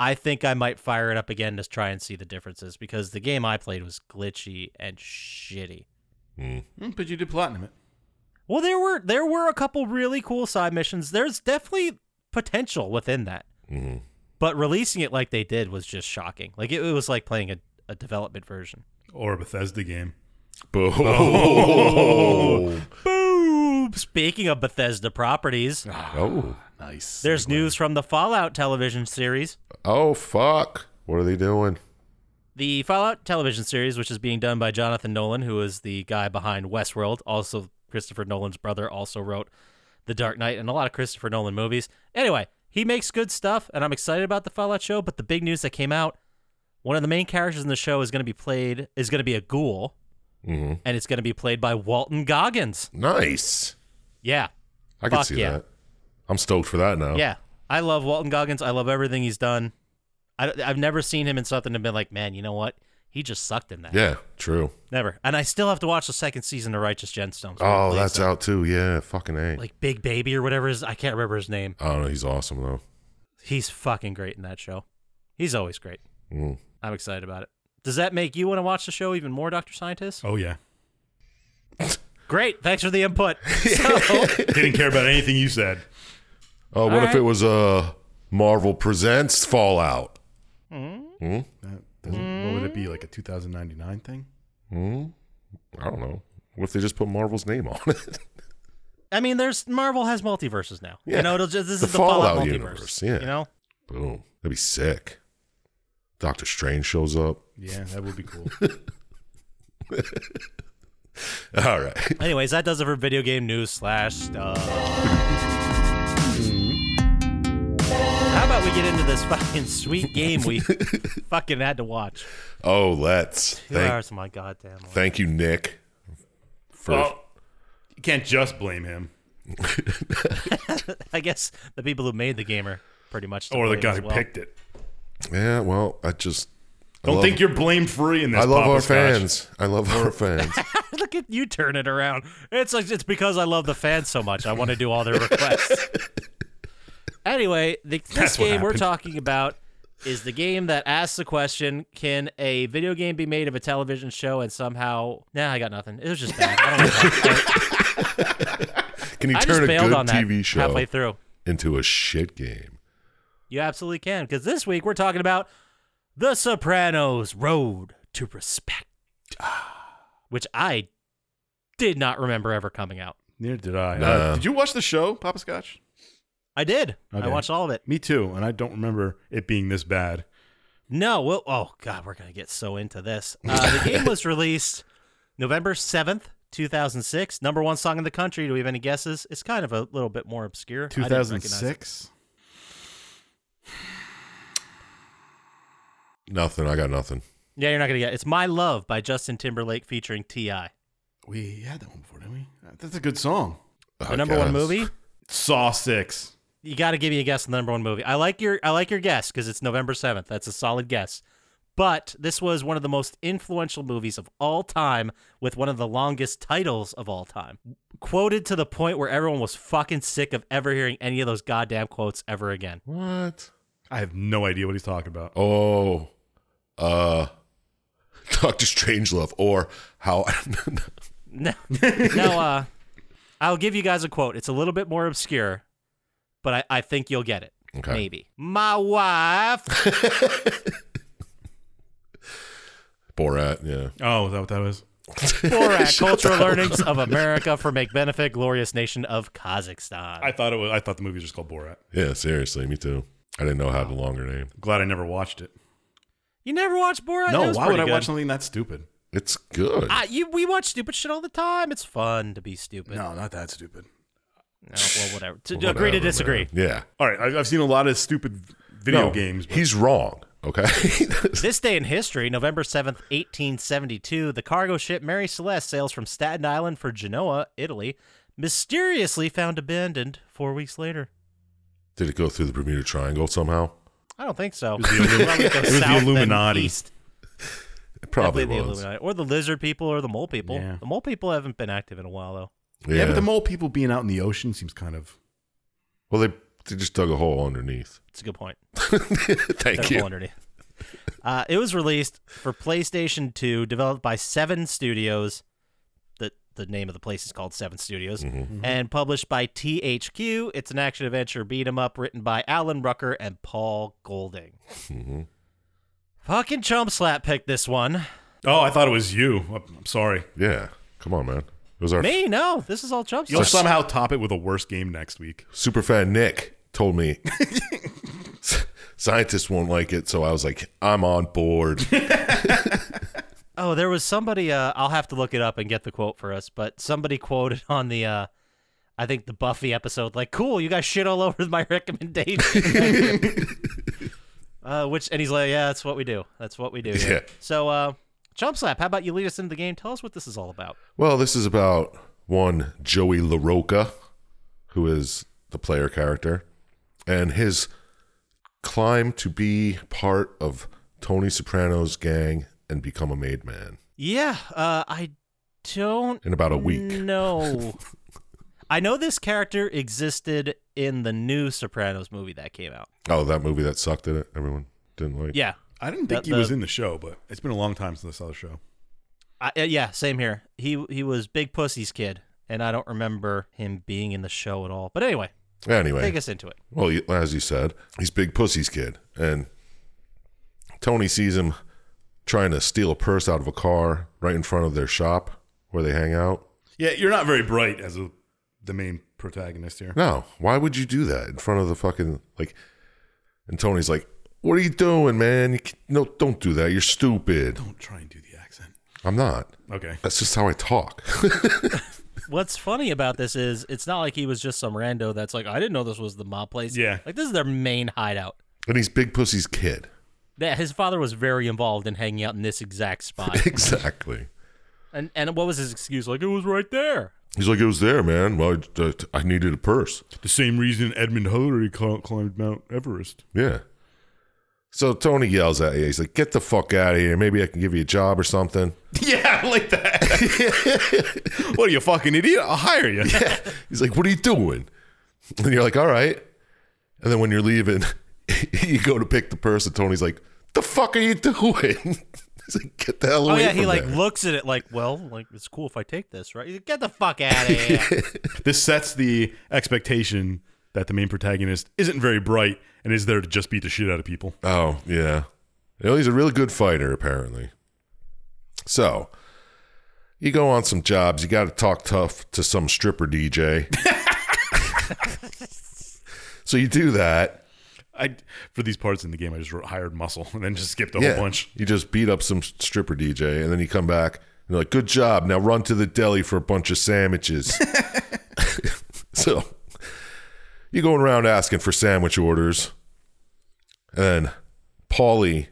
F: I think I might fire it up again to try and see the differences because the game I played was glitchy and shitty.
C: Mm.
E: Mm, but you did platinum it.
F: Well, there were there were a couple really cool side missions. There's definitely potential within that.
C: hmm
F: but releasing it like they did was just shocking. Like it, it was like playing a, a development version.
E: Or a Bethesda game.
C: Boom.
F: Boom! Speaking of Bethesda properties,
E: Ah,
C: Oh.
E: Nice.
F: there's news from the Fallout television series.
C: Oh fuck. What are they doing?
F: The Fallout television series, which is being done by Jonathan Nolan, who is the guy behind Westworld, also Christopher Nolan's brother, also wrote The Dark Knight and a lot of Christopher Nolan movies. Anyway, he makes good stuff, and I'm excited about the Fallout show. But the big news that came out: one of the main characters in the show is going to be played is going to be a ghoul,
C: hmm
F: and it's going to be played by Walton Goggins.
C: Nice.
F: Yeah,
C: I can
F: Fuck
C: see
F: yeah.
C: that. I'm stoked for that now.
F: yeah. I love Walton Goggins. I love everything he's done. I, have never seen him in something and been like, man, you know what? He just sucked in that.
C: Yeah. True.
F: Never. And I still have to watch the second season of Righteous Gemstones. where
C: Oh,
F: he plays
C: that's
F: that,
C: out too. Yeah. Fucking a.
F: Like Big Baby or whatever is. I can't remember his name.
C: I don't know. He's awesome though.
F: He's fucking great in that show. He's always great.
C: Mm.
F: I'm excited about it. Does that make you want to watch the show even more, Dr. Scientist?
E: Oh, yeah.
F: Great. Thanks for the input. So,
E: Didn't care about anything you said.
C: Oh, what if
F: right.
C: it was uh, Marvel Presents Fallout? Hmm.
E: That doesn't, What would it be? Like a 2099 thing?
C: Hmm. I don't know. What if they just put Marvel's name on it?
F: I mean, there's Marvel has multiverses now.
C: Yeah.
F: You know, it'll just, this
C: The
F: is the Fallout,
C: Fallout
F: multiverse.
C: universe, yeah.
F: You know?
C: Boom. That'd be sick. Doctor Strange shows up.
E: Yeah, that would be cool.
C: All right.
F: Anyways, that does it for video game news slash stuff. How about we get into this fucking sweet game we fucking had to watch?
C: Oh, let's.
F: Two
C: Thank,
F: hours of my goddamn life.
C: thank you, Nick. For
E: well, Oh, you can't just blame him.
F: I guess the people who made the game are pretty much to
E: Or the
F: blame
E: guy
F: as
E: who
F: well.
E: picked it.
C: yeah. Well, I just I
E: Don't
C: love-
E: think you're blame free in this.
C: I love
E: Papa
C: our
E: Scotch.
C: fans. I love our fans.
F: Look at you turn it around. It's like, it's because I love the fans so much. I want to do all their requests. anyway, the, this
E: That's what
F: game we're
E: happened.
F: talking about is the game that asks the question: Can a video game be made of a television show? And somehow, nah, I got nothing. It was just bad. I, don't know.
C: Can you
F: I
C: turn
F: just
C: a good
F: bailed on that
C: TV show
F: halfway through.
C: into a shit game?
F: You absolutely can, because this week we're talking about The Sopranos Road to Respect,
C: Ah.
F: which I did not remember ever coming out.
E: Neither did I.
C: Nah.
E: Uh, did you watch the show, Papa Scotch?
F: I did. I
E: Okay.
F: watched all of it.
E: Me too, and I don't remember it being this bad.
F: No, well, oh god, we're gonna get so into this. Uh, the game was released November seventh, two thousand six. Number one song in the country. Do we have any guesses? It's kind of a little bit more obscure. I didn't recognize it.
E: 2006?
C: Nothing. I got nothing.
F: Yeah, you're not gonna get. It. It's "My Love" by Justin Timberlake featuring Ti. The
E: We had that one before, didn't we? Uh, That's a good song.
C: I
F: number one
C: guess.
F: movie.
E: Saw 6.
F: You got to give me a guess on the number one movie. I like your I like your guess because it's November seventh. That's a solid guess. But this was one of the most influential movies of all time, with one of the longest titles of all time. Quoted to the point where everyone was fucking sick of ever hearing any of those goddamn quotes ever again.
C: What?
E: I have no idea what he's talking about.
C: Oh, uh, Doctor Strangelove or how?
F: No, no. Uh, I'll give you guys a quote. It's a little bit more obscure, but I, I think you'll get it.
C: Okay.
F: Maybe my wife
C: Borat. Yeah.
E: Oh, is that what that was?
F: Borat, Cultural Learnings of America for Make Benefit, Glorious Nation of Kazakhstan.
E: I thought it was. I thought the movie was just called Borat.
C: Yeah. Seriously, me too. I didn't know how to longer name.
E: Glad I never watched it.
F: you never watched Borat? It
E: no,
F: was
E: why would
F: pretty
E: I
F: good.
E: watch something that stupid?
C: It's good.
F: I, you, we watch stupid shit all the time. It's fun to be stupid.
E: No, not that stupid.
F: No, well, whatever. To, agree to
C: Whatever,
F: disagree.
C: man. Yeah.
E: All right, I've, I've seen a lot of stupid video
C: No,
E: games. But
C: He's wrong. Okay.
F: This day in history, November 7th, 1872, the cargo ship Mary Celeste sails from Staten Island for Genoa, Italy, mysteriously found abandoned four weeks later.
C: Did it go through the Bermuda Triangle somehow?
F: I don't think so.
E: It was the, Illumi- it
F: Probably go
E: was the
F: south, then
E: Illuminati.
F: east.
C: It probably
F: Definitely the
C: was.
F: Illuminati. Or the lizard people or the mole people.
E: Yeah.
F: The mole people haven't been active in a while, though.
C: Yeah.
E: yeah, but the mole people being out in the ocean seems kind of
C: well, they they just dug a hole underneath.
F: It's a good point.
C: Thank
F: They're
C: you.
F: all underneath. Uh, it was released for PlayStation 2, developed by Seven Studios. The, the name of the place is called Seven Studios.
C: Mm-hmm.
F: And published by THQ. It's an action adventure beat 'em up written by Alan Rucker and Paul Golding.
C: Mhm.
F: Fucking Chump Slap picked this one.
E: Oh, I thought it was you. I'm- I'm sorry.
C: Yeah. Come on, man. It was our
F: Me? No. This is all Chump
E: You'll
F: Slap.
E: somehow top it with a worse game next week.
C: super fan Nick told me scientists won't like it, so I was like, I'm on board.
F: Oh, there was somebody. Uh, I'll have to look it up and get the quote for us. But somebody quoted on the, uh, I think the Buffy episode, like, "Cool, you guys shit all over my recommendation." uh, which, and he's like, "Yeah, that's what we do. That's what we do." here."
C: Yeah.
F: So, uh, Chump Slap, how about you lead us into the game? Tell us what this is all about.
C: Well, this is about one Joey LaRocca, who is the player character, and his climb to be part of Tony Soprano's gang and become a made man
F: Yeah, uh, I don't
C: in about a week.
F: know. I know this character existed in the new Sopranos movie that came out.
C: Oh, that movie that sucked at it, everyone didn't like.
F: Yeah,
E: I didn't think
F: The-
E: he was
F: the-
E: in the show, but it's been a long time since I saw the show.
F: I, uh, yeah, same here. He he was Big Pussy's kid, and I don't remember him being in the show at all. But anyway, take
C: Anyway,
F: us into it.
C: well, you- as you said, he's Big Pussy's kid, and Tony sees him trying to steal a purse out of a car right in front of their shop where they hang out.
E: Yeah, you're not very bright as a, the main protagonist here.
C: No, why would you do that in front of the fucking like? And Tony's like, "What are you doing, man? You can, no, don't do that. You're stupid."
E: Don't try and do the accent.
C: I'm not.
E: Okay.
C: That's just how I talk.
F: What's funny about this is it's not like he was just some rando that's like I didn't know this was the mob place.
E: Yeah.
F: like this is their main hideout.
C: and he's Big Pussy's kid.
F: Yeah, his father was very involved in hanging out in this exact spot.
C: exactly.
F: and and what was his excuse? Like it was right there.
C: He's like, "It was there, man. Well, I, I- I needed a purse."
E: The same reason Edmund Hillary cl- climbed Mount Everest.
C: Yeah. So Tony yells at you. He's like, "Get the fuck out of here. Maybe I can give you a job or something."
E: Yeah, I like that. what are you, a fucking idiot? I'll hire you.
C: He's like, "What are you doing?" And you're like, "All right." And then when you're leaving, you go to pick the purse, and Tony's like, "The fuck are you doing?" He's like, "Get the hell
F: Oh
C: away
F: yeah,
C: from
F: he like
C: there."
F: looks at it like, well, like it's cool if I take this, right? He's like, Get the fuck out of here.
E: This sets the expectation that the main protagonist isn't very bright and is there to just beat the shit out of people.
C: oh yeah, you know, he's a really good fighter apparently. So you go on some jobs. You got to talk tough to some stripper DJ. so you do that.
E: I for these parts in the game, I just wrote hired muscle and then just skipped a whole bunch.
C: You just beat up some stripper DJ, and then you come back and you're like, "Good job! Now run to the deli for a bunch of sandwiches." so you're going around asking for sandwich orders, and Paulie,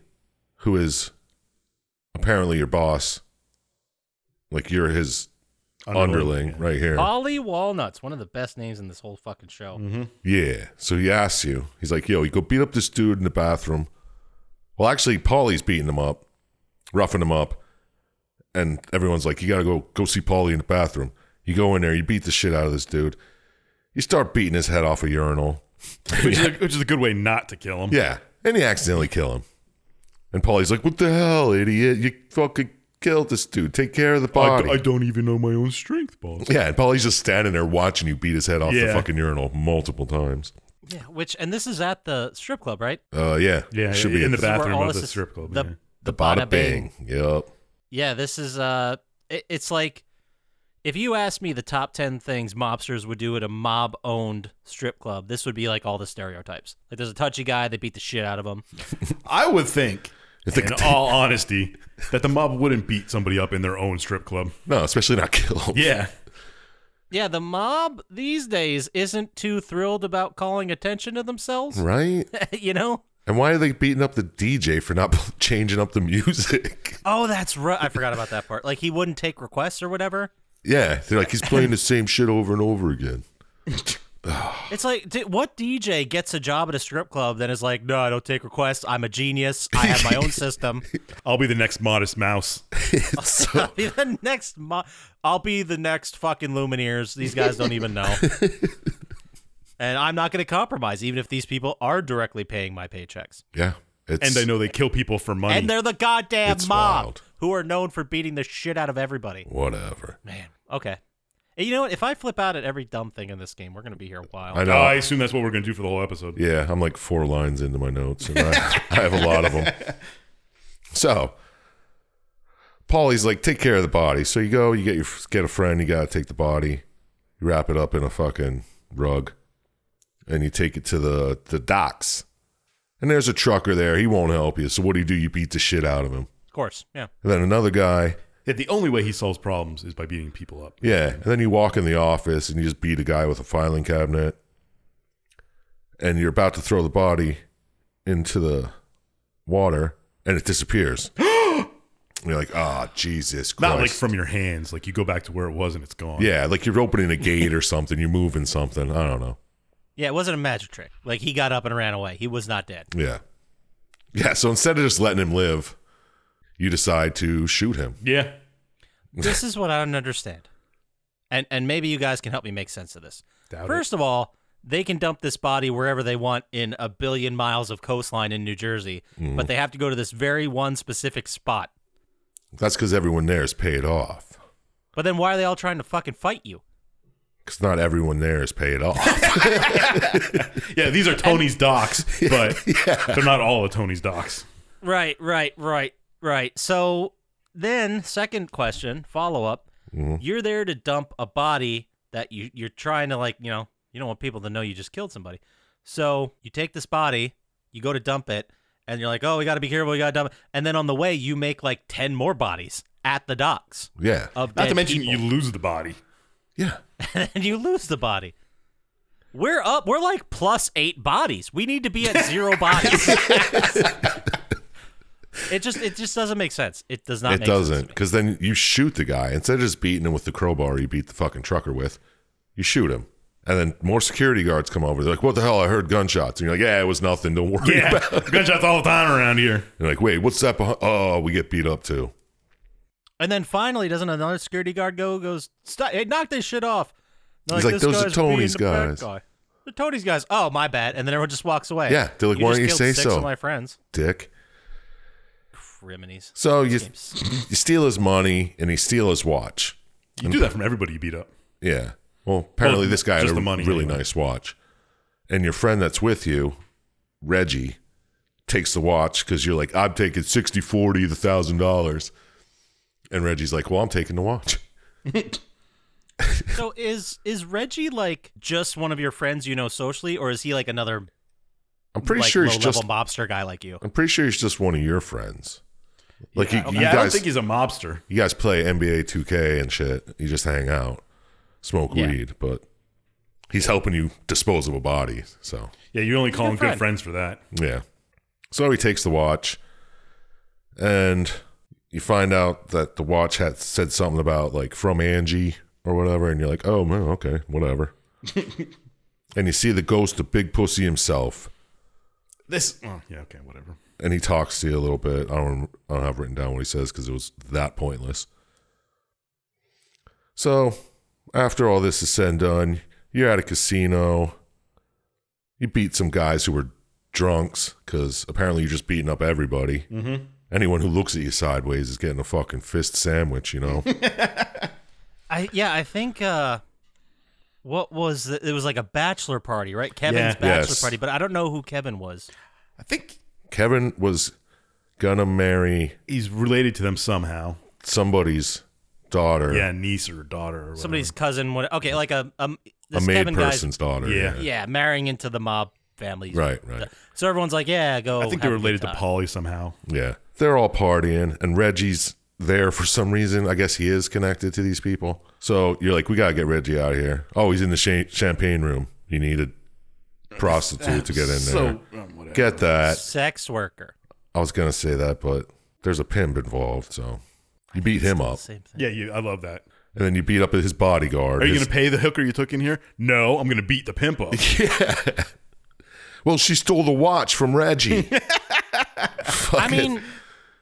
C: who is apparently your boss, like you're his underling, right here.
F: Polly Walnuts, one of the best names in this whole fucking show.
C: Mm-hmm. Yeah. So he asks you, he's like, yo, you go beat up this dude in the bathroom. Well, actually, Paulie's beating him up, roughing him up. And everyone's like, you got to go go see Paulie in the bathroom. You go in there, you beat the shit out of this dude. You start beating his head off a urinal.
E: Which, is a, which is a good way not to kill him.
C: Yeah. And you accidentally kill him. And Paulie's like, what the hell, idiot? You fucking killed this dude. Take care of the
E: I,
C: body.
E: I don't even know my own strength, boss.
C: yeah. And Paulie's just standing there watching you beat his head off the
E: Yeah.
C: fucking urinal multiple times.
F: Yeah, which and this is at the strip club, right?
C: Uh, yeah.
E: Yeah,
C: Should be
E: in
C: at
E: the
F: This is where
E: bathroom
F: all
E: of
F: this
E: the
F: is-
E: strip club,
F: The,
E: yeah.
F: the
C: Bada bing. Yep.
F: Yeah, this is uh, it, it's like if you asked me the top ten things mobsters would do at a mob-owned strip club, this would be like all the stereotypes. Like there's a touchy guy, they beat the shit out of him.
E: I would think,
C: they-
E: in all honesty, that the mob wouldn't beat somebody up in their own strip club.
C: No, especially not kill him.
E: Yeah.
F: Yeah, the mob these days isn't too thrilled about calling attention to themselves.
C: Right?
F: you know,
C: And why are they beating up the DJ for not changing up the music?
F: Oh, that's right. I forgot about that part. Like he wouldn't take requests or whatever.
C: Yeah, they're like he's playing the same shit over and over again.
F: It's like, d- what DJ gets a job at a strip club then is like, no, I don't take requests. I'm a genius. I have my own system.
E: I'll be the next modest mouse.
C: It's so,
F: I'll be the next. Mo- I'll be the next fucking Lumineers. These guys don't even know. and I'm not going to compromise, even if these people are directly paying my paychecks.
C: yeah, it's
E: And I know they kill people for money.
F: And they're the goddamn
C: It's
F: mob
C: wild.
F: who are known for beating the shit out of everybody.
C: whatever.
F: Man, okay. And you know what? If I flip out at every dumb thing in this game, we're going to be here a while.
C: I
E: Oh,
C: know.
E: I assume that's what we're going to do for the whole episode.
C: yeah, I'm like four lines into my notes, and I, I have a lot of them. So, Paulie's like, take care of the body. So you go, you get your get a friend. You gotta take the body. You wrap it up in a fucking rug, and you take it to the the docks. And there's a trucker there. He won't help you. So what do you do? You beat the shit out of him.
F: Of course, yeah.
C: And then another guy
E: Yeah, the only way he solves problems is by beating people up.
C: Yeah, and then you walk in the office and you just beat a guy with a filing cabinet, and you're about to throw the body into the water, and it disappears. and you're like, ah, Jesus Christ!
E: Not like from your hands. Like you go back to where it was and it's gone.
C: yeah, like you're opening a gate or something. You're moving something. I don't know.
F: Yeah, it wasn't a magic trick. Like he got up and ran away. He was not dead.
C: Yeah, yeah. So instead of just letting him live, you decide to shoot him.
E: Yeah.
F: this is what I don't understand. And and maybe you guys can help me make sense of this. First of all, they can dump this body wherever they want in a billion miles of coastline in New Jersey, but they have to go to this very one specific spot.
C: That's because everyone there is paid off.
F: But then why are they all trying to fucking fight you?
C: Because not everyone there is paid off.
E: Yeah, these are Tony's docs, but they're not all of Tony's docs.
F: Right, right, right, right. So then, second question, follow up. You're there to dump a body that you you're trying to like, you know, you don't want people to know you just killed somebody. So you take this body, you go to dump it, and you're like, oh, we got to be careful, we got to dump it. And then on the way, you make like ten more bodies at the docks
C: yeah,
F: of
E: Not
F: dead
E: to mention
F: people.
E: you lose the body.
C: yeah.
F: and you lose the body. We're up. We're like plus eight bodies. We need to be at zero bodies. it just it just doesn't make sense. It does not.
C: it
F: make
C: doesn't
F: Sense to me.
C: because then you shoot the guy instead of just beating him with the crowbar you beat the fucking trucker with you shoot him and then more security guards come over they're like what the hell i heard gunshots and you're like yeah it was nothing don't worry
E: Yeah.
C: about it
E: Gunshots all the time around here.
C: and like wait what's that behind oh we get beat up too
F: And then finally, doesn't another security guard go goes stop? Hey, knock this shit off. They're
C: He's like,
F: "This
C: "Those are
F: guy's being
C: Tony's
F: the bad
C: guys."
F: guy." The Tony's guys. Oh my bad. And then everyone just walks away.
C: Yeah, they're like, "Why
F: just
C: don't you
F: killed
C: say
F: six
C: so?"
F: Of my friends,
C: dick
F: criminies.
C: so you, you steal his money and you steal his watch
E: You do that from everybody you beat up.
C: yeah well apparently
E: Well,
C: this guy had
E: just
C: a
E: the money
C: really
E: anyway.
C: nice watch and your friend that's with you reggie takes the watch because you're like i'm taking 60 40 the thousand dollars and reggie's like well i'm taking the watch
F: So is is Reggie like just one of your friends you know socially, or is he like another
C: I'm pretty
F: like,
C: sure he's
F: low level
C: just.
F: mobster guy like you?
C: I'm pretty sure he's just one of your friends. Like you, you
E: yeah, I don't
C: guys,
E: think he's a mobster.
C: you guys play NBA 2K and shit. You just hang out, smoke
F: Yeah.
C: weed, but he's helping you dispose of a body. So
E: Yeah, you only call
F: Good
E: them
F: friend.
E: good friends for that.
C: yeah. So he takes the watch, and you find out that the watch had said something about like from Angie or whatever, and you're like, oh man, okay, whatever. and you see the ghost of Big Pussy himself.
E: This. Oh, yeah, okay, whatever.
C: and he talks to you a little bit. I don't I don't have written down what he says because it was that pointless. So, after all this is said and done, you're at a casino. You beat some guys who were drunks because apparently you're just beating up everybody. Mm-hmm. Anyone who looks at you sideways is getting a fucking fist sandwich, you know?
F: I yeah, I think uh what was the, it was like a bachelor party, right? Kevin's
E: Yeah.
F: bachelor
C: Yes.
F: party, but I don't know who Kevin was.
E: I think
C: Kevin was gonna marry
E: he's related to them somehow.
C: somebody's daughter,
E: Yeah, niece or daughter or whatever.
F: Somebody's cousin what okay, like a um
C: a
F: this
C: maid
F: Kevin
C: person's daughter.
E: Yeah.
F: guy's yeah, marrying into the mob family.
C: Right, right.
F: So everyone's like, yeah, go.
E: I think they're
F: have a good
E: related to
F: time.
E: Polly somehow.
C: Yeah. They're all partying, and Reggie's there for some reason. I guess he is connected to these people. So you're like, we got to get Reggie out of here. Oh, he's in the cha- champagne room. You need a prostitute to get in there.
E: So, um, whatever.
B: whatever.
C: Get that.
F: Sex worker.
C: I was gonna say that, but there's a pimp involved, so you beat him up,
F: Same thing.
E: Yeah, you, I love that.
C: and then you beat up his bodyguard.
E: Are you
C: his-
E: going to pay the hooker you took in here? No, I'm going to beat the pimp up.
C: Yeah. Well, she stole the watch from Reggie. Fuck
F: I
C: it.
F: mean,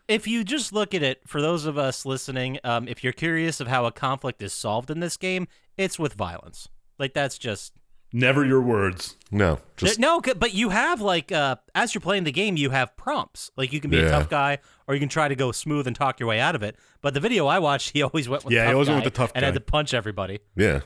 F: if you just look at it, for those of us listening, um, if you're curious of how a conflict is solved in this game, it's with violence. Like that's just
E: Never your words.
C: no, just
F: no, c- but you have like uh, as you're playing the game, you have prompts. Like you can be a
C: Yeah.
F: tough guy, or you can try to go smooth and talk your way out of it. But the video I watched, he always went with
E: Yeah, he
F: tough
E: always
F: guy
E: went with the tough
F: and had
E: guy.
F: to punch everybody.
C: yeah.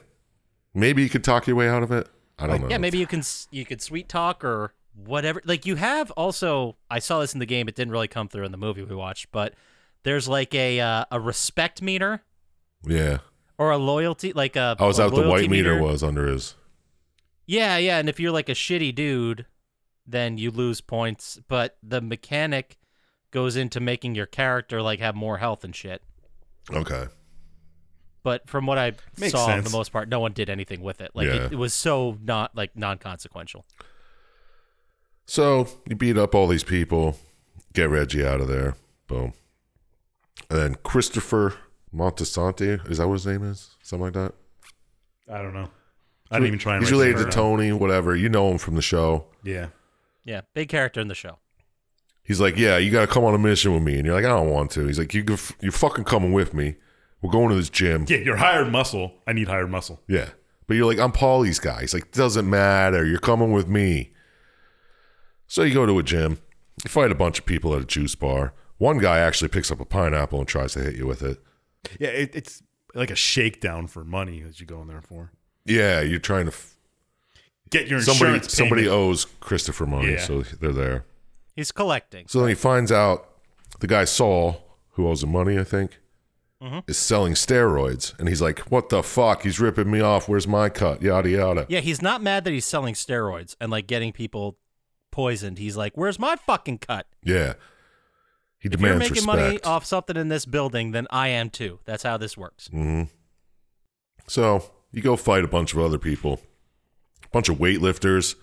C: Maybe you could talk your way out of it. I don't know.
F: Yeah, maybe you can s- you could sweet talk or whatever. Like you have also, I saw this in the game. It didn't really come through in the movie we watched, but there's like a uh, a respect meter
C: Yeah,
F: or a loyalty like a.
E: Oh,
C: I was
F: a
C: out. The
F: loyalty
C: white meter was under his.
F: Yeah, yeah, and if you're like a shitty dude, then you lose points. But the mechanic goes into making your character like have more health and shit.
C: Okay.
F: But from what I
E: Makes
F: saw, for
E: sense.
F: the most part, no one did anything with it. Like
C: Yeah.
F: it, it was so not like non consequential.
C: So you beat up all these people, get Reggie out of there. Boom. And then Christopher Montesante, is that what his name is? Something like that.
E: I don't know. I didn't even try and
C: He's
E: write
C: related to
E: something down.
C: Tony, whatever. You know him from the show.
E: Yeah.
F: Yeah, big character in the show.
C: He's like, "Yeah, you got to come on a mission with me," and you're like, "I don't want to." He's like, "You, go- you're fucking coming with me. We're going to this gym."
E: Yeah, you're hired muscle. I need hired muscle.
C: Yeah. But you're like, I'm Paulie's guy. He's like, doesn't matter. You're coming with me. So you go to a gym, you fight a bunch of people at a juice bar. One guy actually picks up a pineapple and tries to hit you with it.
E: Yeah, it, it's like a shakedown for money that you go in there for.
C: Yeah, you're trying to. F-
E: Get your insurance.
C: somebody somebody
E: payment.
C: owes Christopher money,
E: Yeah.
C: so they're there.
F: He's collecting.
C: So then he finds out the guy Saul, who owes him money, I think,
F: Mm-hmm.
C: is selling steroids, and he's like, "What the fuck? He's ripping me off. Where's my cut? Yada yada."
F: Yeah, he's not mad that he's selling steroids and like getting people poisoned. He's like, "Where's my fucking cut?
C: Yeah. He
F: If you're
C: demands
F: making
C: respect.
F: money off something in this building, then I am too." That's how this works.
C: hmm So you go fight a bunch of other people, a bunch of weightlifters.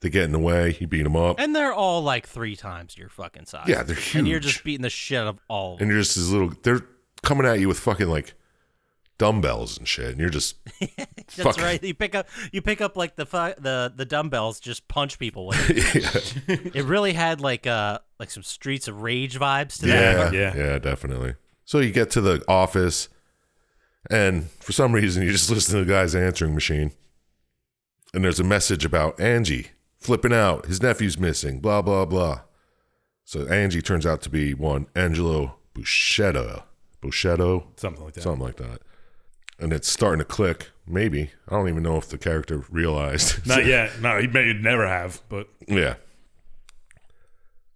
C: They get in the way. You beat them up, and,
F: And they're all like three times your fucking size.
C: Yeah, they're
F: And you're
C: huge.
F: just beating the shit out of all of them.
C: you're just this little. They're coming at you with fucking like dumbbells and shit, and you're just
F: That's
C: fuck.
F: right. You pick up you pick up like the fu- the the dumbbells, just punch people with it. It really had like uh like some Streets of Rage vibes to that.
C: yeah, yeah,
E: Yeah.
C: yeah, definitely. So you get to the office, and for some reason you just listen to the guy's answering machine, and there's a message about Angie flipping out. His nephew's missing. Blah blah blah. So Angie turns out to be one Angelo Buscetto. Buscetto,
E: Something like that.
C: something like that. And it's starting to click. Maybe I don't even know if the character realized.
E: Not yet. No, he may never have, but
C: Yeah.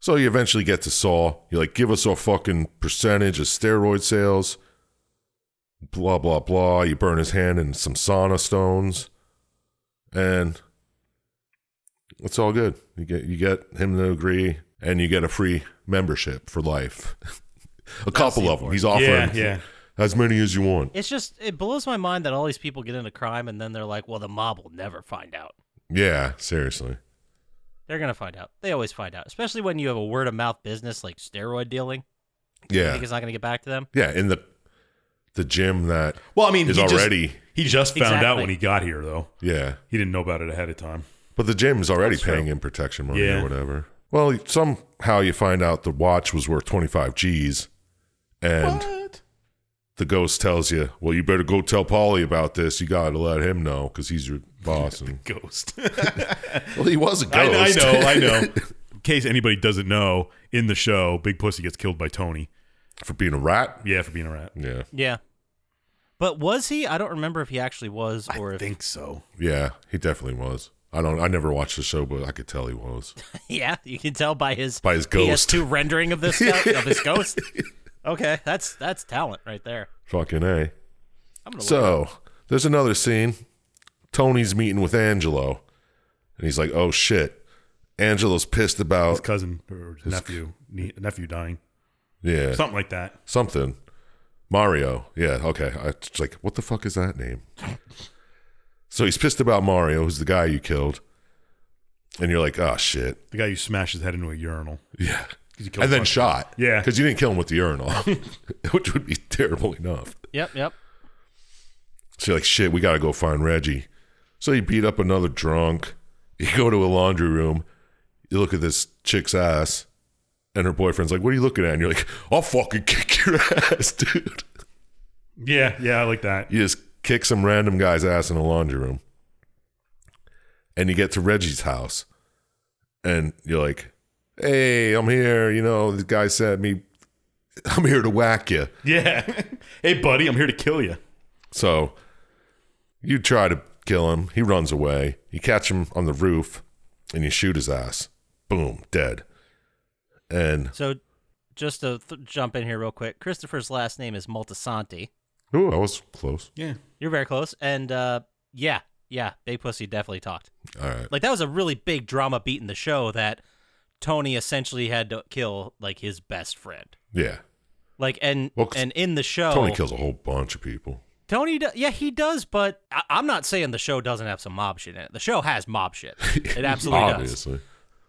C: So you eventually get to Saul. You're like, give us our fucking percentage of steroid sales. Blah, blah, blah. You burn his hand in some sauna stones. And it's all good. You get you get him to agree, and you get a free membership for life. a couple of them. He's offering
E: Yeah, yeah.
C: as many as you want.
F: It's just it blows my mind that all these people get into crime and then they're like, well, the mob will never find out.
C: Yeah, seriously.
F: They're gonna find out. They always find out, especially when you have a word of mouth business like steroid dealing. I think
C: Yeah.
F: it's not gonna get back to them.
C: Yeah, in the the gym that
E: Well, I mean,
C: is
E: he just-
C: already
E: he just found out
F: Exactly.
E: when he got here, though.
C: yeah.
E: He didn't know about it ahead of time.
C: But the gym is already
E: That's
C: paying
E: true.
C: him protection money
E: Yeah.
C: or whatever. Well, somehow you find out the watch was worth 25 G's, and
E: what?
C: the ghost tells you, "Well, you better go tell Polly about this. You got to let him know because he's your boss." And
E: Ghost.
C: well, he was a
E: I, I
C: ghost.
E: know, I know. In case anybody doesn't know, in the show, Big Pussy gets killed by Tony.
C: for being a rat.
E: Yeah, for being a rat.
C: Yeah,
F: Yeah. But was he? I don't remember if he actually was or
E: I
F: if
E: think so.
C: yeah, he definitely was. I don't. I never watched the show, but I could tell he was.
F: Yeah, you can tell by his
C: By his ghost.
F: PS2 rendering of this guy, of his ghost. Okay, that's that's talent right there.
C: Fucking a.
F: I'm gonna look.
C: So there's another scene. Tony's meeting with Angelo, and he's like, "Oh shit." Angelo's pissed
E: His
C: about
E: cousin or Oh. his nephew, ne- nephew dying,
C: yeah
E: something like that.
C: something. Mario. Yeah, okay. I it's like, what the fuck is that name? So he's pissed about Mario, who's the guy you killed. and you're like, oh shit,
E: The guy who smashed his head into a urinal.
C: yeah,
E: 'Cause he killed
C: and
E: a
C: then
E: bunch-
C: shot,
E: Yeah.
C: because you didn't kill him with the urinal, which would be terrible enough.
F: Yep, yep.
C: So you're like, shit, we got to go find Reggie. So you beat up another drunk. You go to a laundry room. You look at this chick's ass, and her boyfriend's like, what are you looking at? And you're like, I'll fucking kick your ass, dude.
E: Yeah, yeah, I like that.
C: You just kick some random guy's ass in a laundry room. And you get to Reggie's house. And you're like, hey, I'm here. You know, the guy sent me, I'm here to whack you.
E: Yeah. hey, buddy, I'm here to kill you.
C: So you try to kill him. He runs away. You catch him on the roof and you shoot his ass. Boom, dead. And,
F: So, just to th- jump in here real quick, Christopher's last name is Multisanti.
C: ooh, I was close.
E: Yeah.
F: You're very close, and uh, yeah, yeah, Big Pussy definitely talked.
C: All right.
F: Like that was a really big drama beat in the show that Tony essentially had to kill like his best friend.
C: Yeah.
F: Like and
C: Well, 'cause
F: and in the show,
C: Tony kills a whole bunch of people.
F: Tony, do- yeah, he does, but I- I'm not saying the show doesn't have some mob shit in it. The show has mob shit. It absolutely does.
C: Obviously.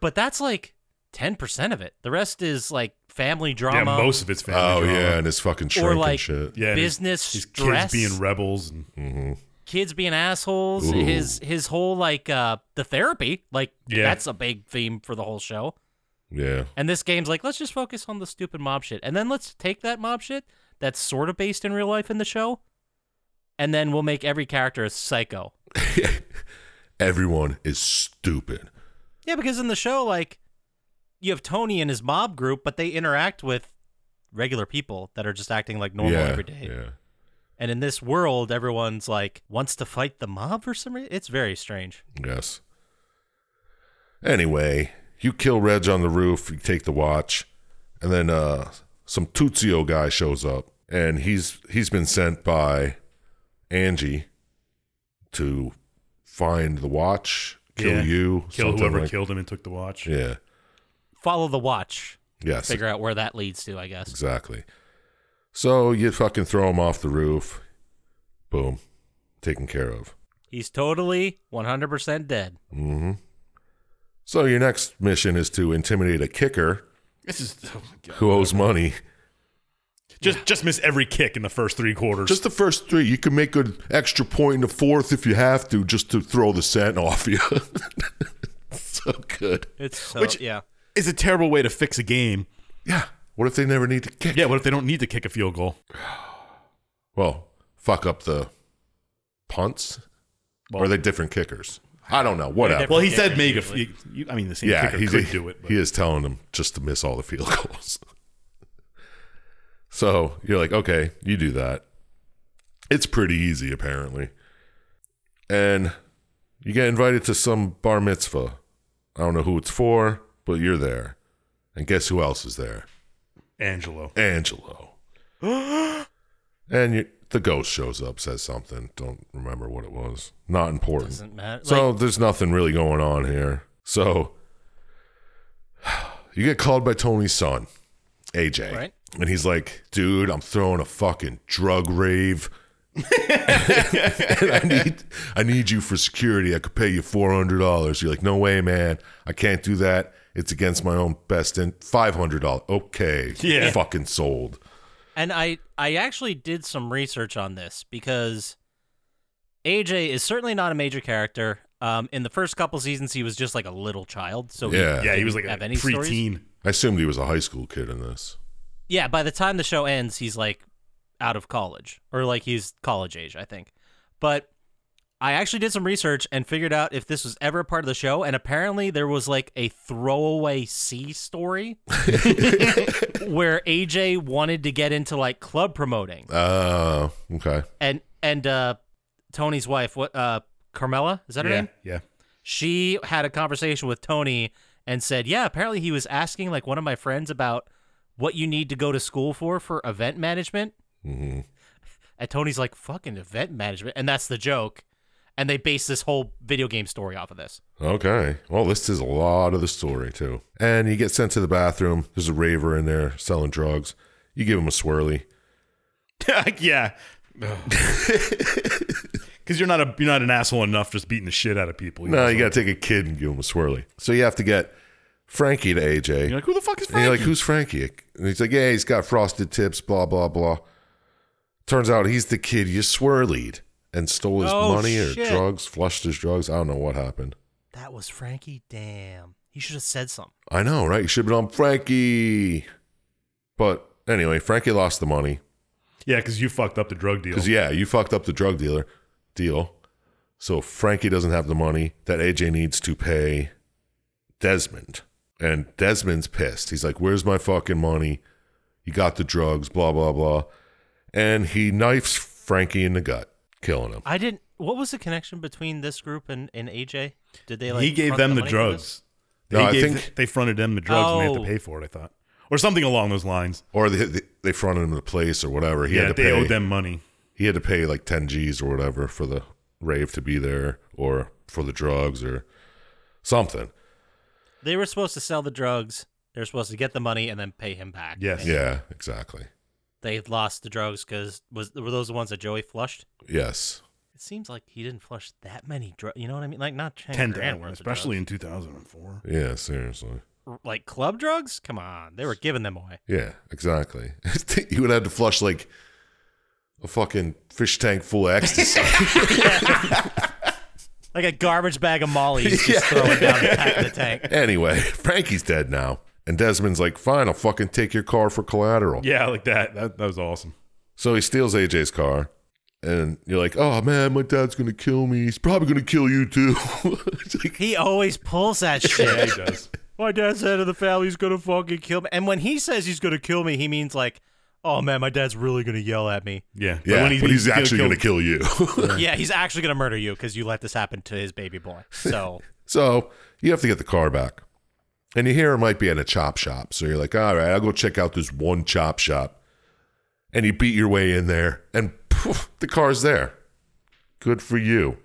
F: But that's like 10% of it. The rest is like family
E: Yeah,
F: drama
E: most of it's family.
C: Oh,
E: drama.
C: yeah. And his fucking shrink
F: or
C: and
F: like
C: shit.
E: Yeah. and his-
F: business
E: His
F: stress,
E: kids being rebels and
C: Mm-hmm.
F: kids being assholes,
C: Ooh.
F: his his whole like uh the therapy, like
E: Yeah.
F: that's a big theme for the whole show.
C: Yeah.
F: And this game's like, let's just focus on the stupid mob shit. And then let's take that mob shit that's sort of based in real life in the show. And then we'll make every character a psycho.
C: Everyone is stupid.
F: Yeah, because in the show, like, you have Tony and his mob group, but they interact with regular people that are just acting like normal
C: yeah.
F: every day.
C: Yeah.
F: And in this world, everyone's like wants to fight the mob for some reason. It's very strange.
C: Yes. Anyway, you kill Reg on the roof, you take the watch, and then uh some Tuzio guy shows up and he's he's been sent by Angie to find the watch, kill
E: Yeah.
C: you,
E: kill
C: something
E: whoever
C: like-
E: killed him and took the watch.
C: Yeah.
F: Follow the watch.
C: Yes.
F: Figure out where that leads to, I guess.
C: Exactly. So you fucking throw him off the roof. Boom. Taken care of.
F: He's totally 100% dead.
C: hmm So your next mission is to intimidate a kicker
E: This is oh my God.
C: who owes money.
E: just just miss every kick in the first three quarters.
C: Just the first three. You can make an extra point in the fourth if you have to, just to throw the scent off you. so good.
F: It's so,
E: Which-
F: yeah.
E: is a terrible way to fix a game.
C: Yeah. What if they never need to kick?
E: Yeah, what if they don't need to kick a field goal?
C: Well, fuck up the punts. or are they different kickers? I don't know. Whatever.
E: Well, he
F: Yeah,
E: said make a.
F: usually.
E: f- you- I mean, the same
C: yeah,
E: kicker
C: he's
E: could do it. But.
C: he is telling them just to miss all the field goals. so you're like, okay, you do that. It's pretty easy, apparently. And you get invited to some bar mitzvah. I don't know who it's for, but you're there. And guess who else is there?
E: Angelo.
C: Angelo. and you, the ghost shows up, says something. Don't remember what it was. Not important.
F: Doesn't matter.
C: So
F: Like,
C: there's nothing really going on here. So you get called by Tony's son, AJ.
F: Right.
C: And he's like, dude, I'm throwing a fucking drug rave. and I need I need you for security. I could pay you four hundred dollars. You're like, no way, man. I can't do that. It's against my own best in five hundred dollars. Okay.
E: Yeah.
C: Fucking sold.
F: and I, I actually did some research on this because AJ is certainly not a major character. Um, in the first couple seasons, he was just like a little child. So he-
C: Yeah.
E: Yeah, he was like a
F: Have any
E: preteen.
F: stories?
C: I assumed he was a high school kid in this.
F: yeah, by the time the show ends, he's like out of college or like he's college age, I think. But I actually did some research and figured out if this was ever a part of the show. And apparently, there was like a throwaway C story where AJ wanted to get into like club promoting.
C: Uh okay.
F: and and uh Tony's wife, what uh Carmela, is that her
E: Yeah,
F: name?
E: yeah.
F: She had a conversation with Tony and said, "Yeah, apparently he was asking like one of my friends about what you need to go to school for for event management."
C: hmm
F: And Tony's like, "Fucking event management." And that's the joke. And they base this whole video game story off of this.
C: Okay. Well, this is a lot of the story too. And you get sent to the bathroom. There's a raver in there selling drugs. You give him a swirly.
E: yeah. Because because you're not a you're not an asshole enough just beating the shit out of people.
C: No,
E: know,
C: you
E: so-
C: got to take a kid and give him a swirly. So you have to get Frankie to AJ.
E: You're like, who the fuck is
C: and
E: Frankie?
C: you're like, who's Frankie? And he's like, yeah, he's got frosted tips, blah, blah, blah. Turns out he's the kid you swirlied and stole his
F: Oh,
C: money or
F: shit.
C: drugs, flushed his drugs. I don't know what happened.
F: That was Frankie. Damn. He should have said something.
C: I know, right? You should have been on Frankie. But anyway, Frankie lost the money.
E: yeah, because you fucked up the drug deal.
C: Because yeah, you fucked up the drug dealer deal. So Frankie doesn't have the money that AJ needs to pay Desmond. And Desmond's pissed. He's like, Where's my fucking money? You got the drugs, blah, blah, blah. And he knifes Frankie in the gut, killing him.
F: I didn't. What was the connection between this group and, and AJ? Did they like?
E: he gave
F: front
E: them the,
F: money for this?
E: drugs. They
C: No, I
E: gave,
C: think-
E: they fronted them the drugs and they had
F: Oh.
E: to pay for it. I thought, or something along those lines.
C: Or they, they, they fronted him the place or whatever. He
E: yeah,
C: had to
E: they
C: pay.
E: owed them money.
C: He had to pay like 10 G's or whatever for the rave to be there or for the drugs or something.
F: They were supposed to sell the drugs. They were supposed to get the money and then pay him back.
E: Yes.
C: Yeah, exactly.
F: They lost the drugs because was were those the ones that Joey flushed?
C: Yes.
F: It seems like he didn't flush that many drugs. You know what I mean? Like not ten,
E: Ten
F: grand
E: grand,
F: worth,
E: especially
F: of
E: in 2004.
C: Yeah, seriously.
F: drugs. like club drugs. Come on, they were giving them away.
C: Yeah, exactly. you would have to flush like a fucking fish tank full of ecstasy.
F: Like a garbage bag of Molly just throwing down the back of the tank.
C: anyway, Frankie's dead now. And Desmond's like, fine, I'll fucking take your car for collateral.
E: Yeah, like that. That that was awesome.
C: So he steals AJ's car. And you're like, oh man, my dad's going to kill me. He's probably going to kill you too. It's like,
F: He always pulls that
E: Yeah,
F: shit.
E: he does.
F: my dad's head of the family's gonna fucking kill me. And when he says he's gonna kill me, he means like, oh man, my dad's really gonna yell at me.
E: Yeah, But
C: yeah,
E: when he-
C: but he's,
E: gonna
C: actually
E: kill-
C: going to kill you.
F: yeah, he's actually gonna murder you because you let this happen to his baby boy. So
C: so you have to get the car back. And you hear it might be at a chop shop. So you're like, all right, I'll go check out this one chop shop. And you beat your way in there, and poof, the car's there. Good for you.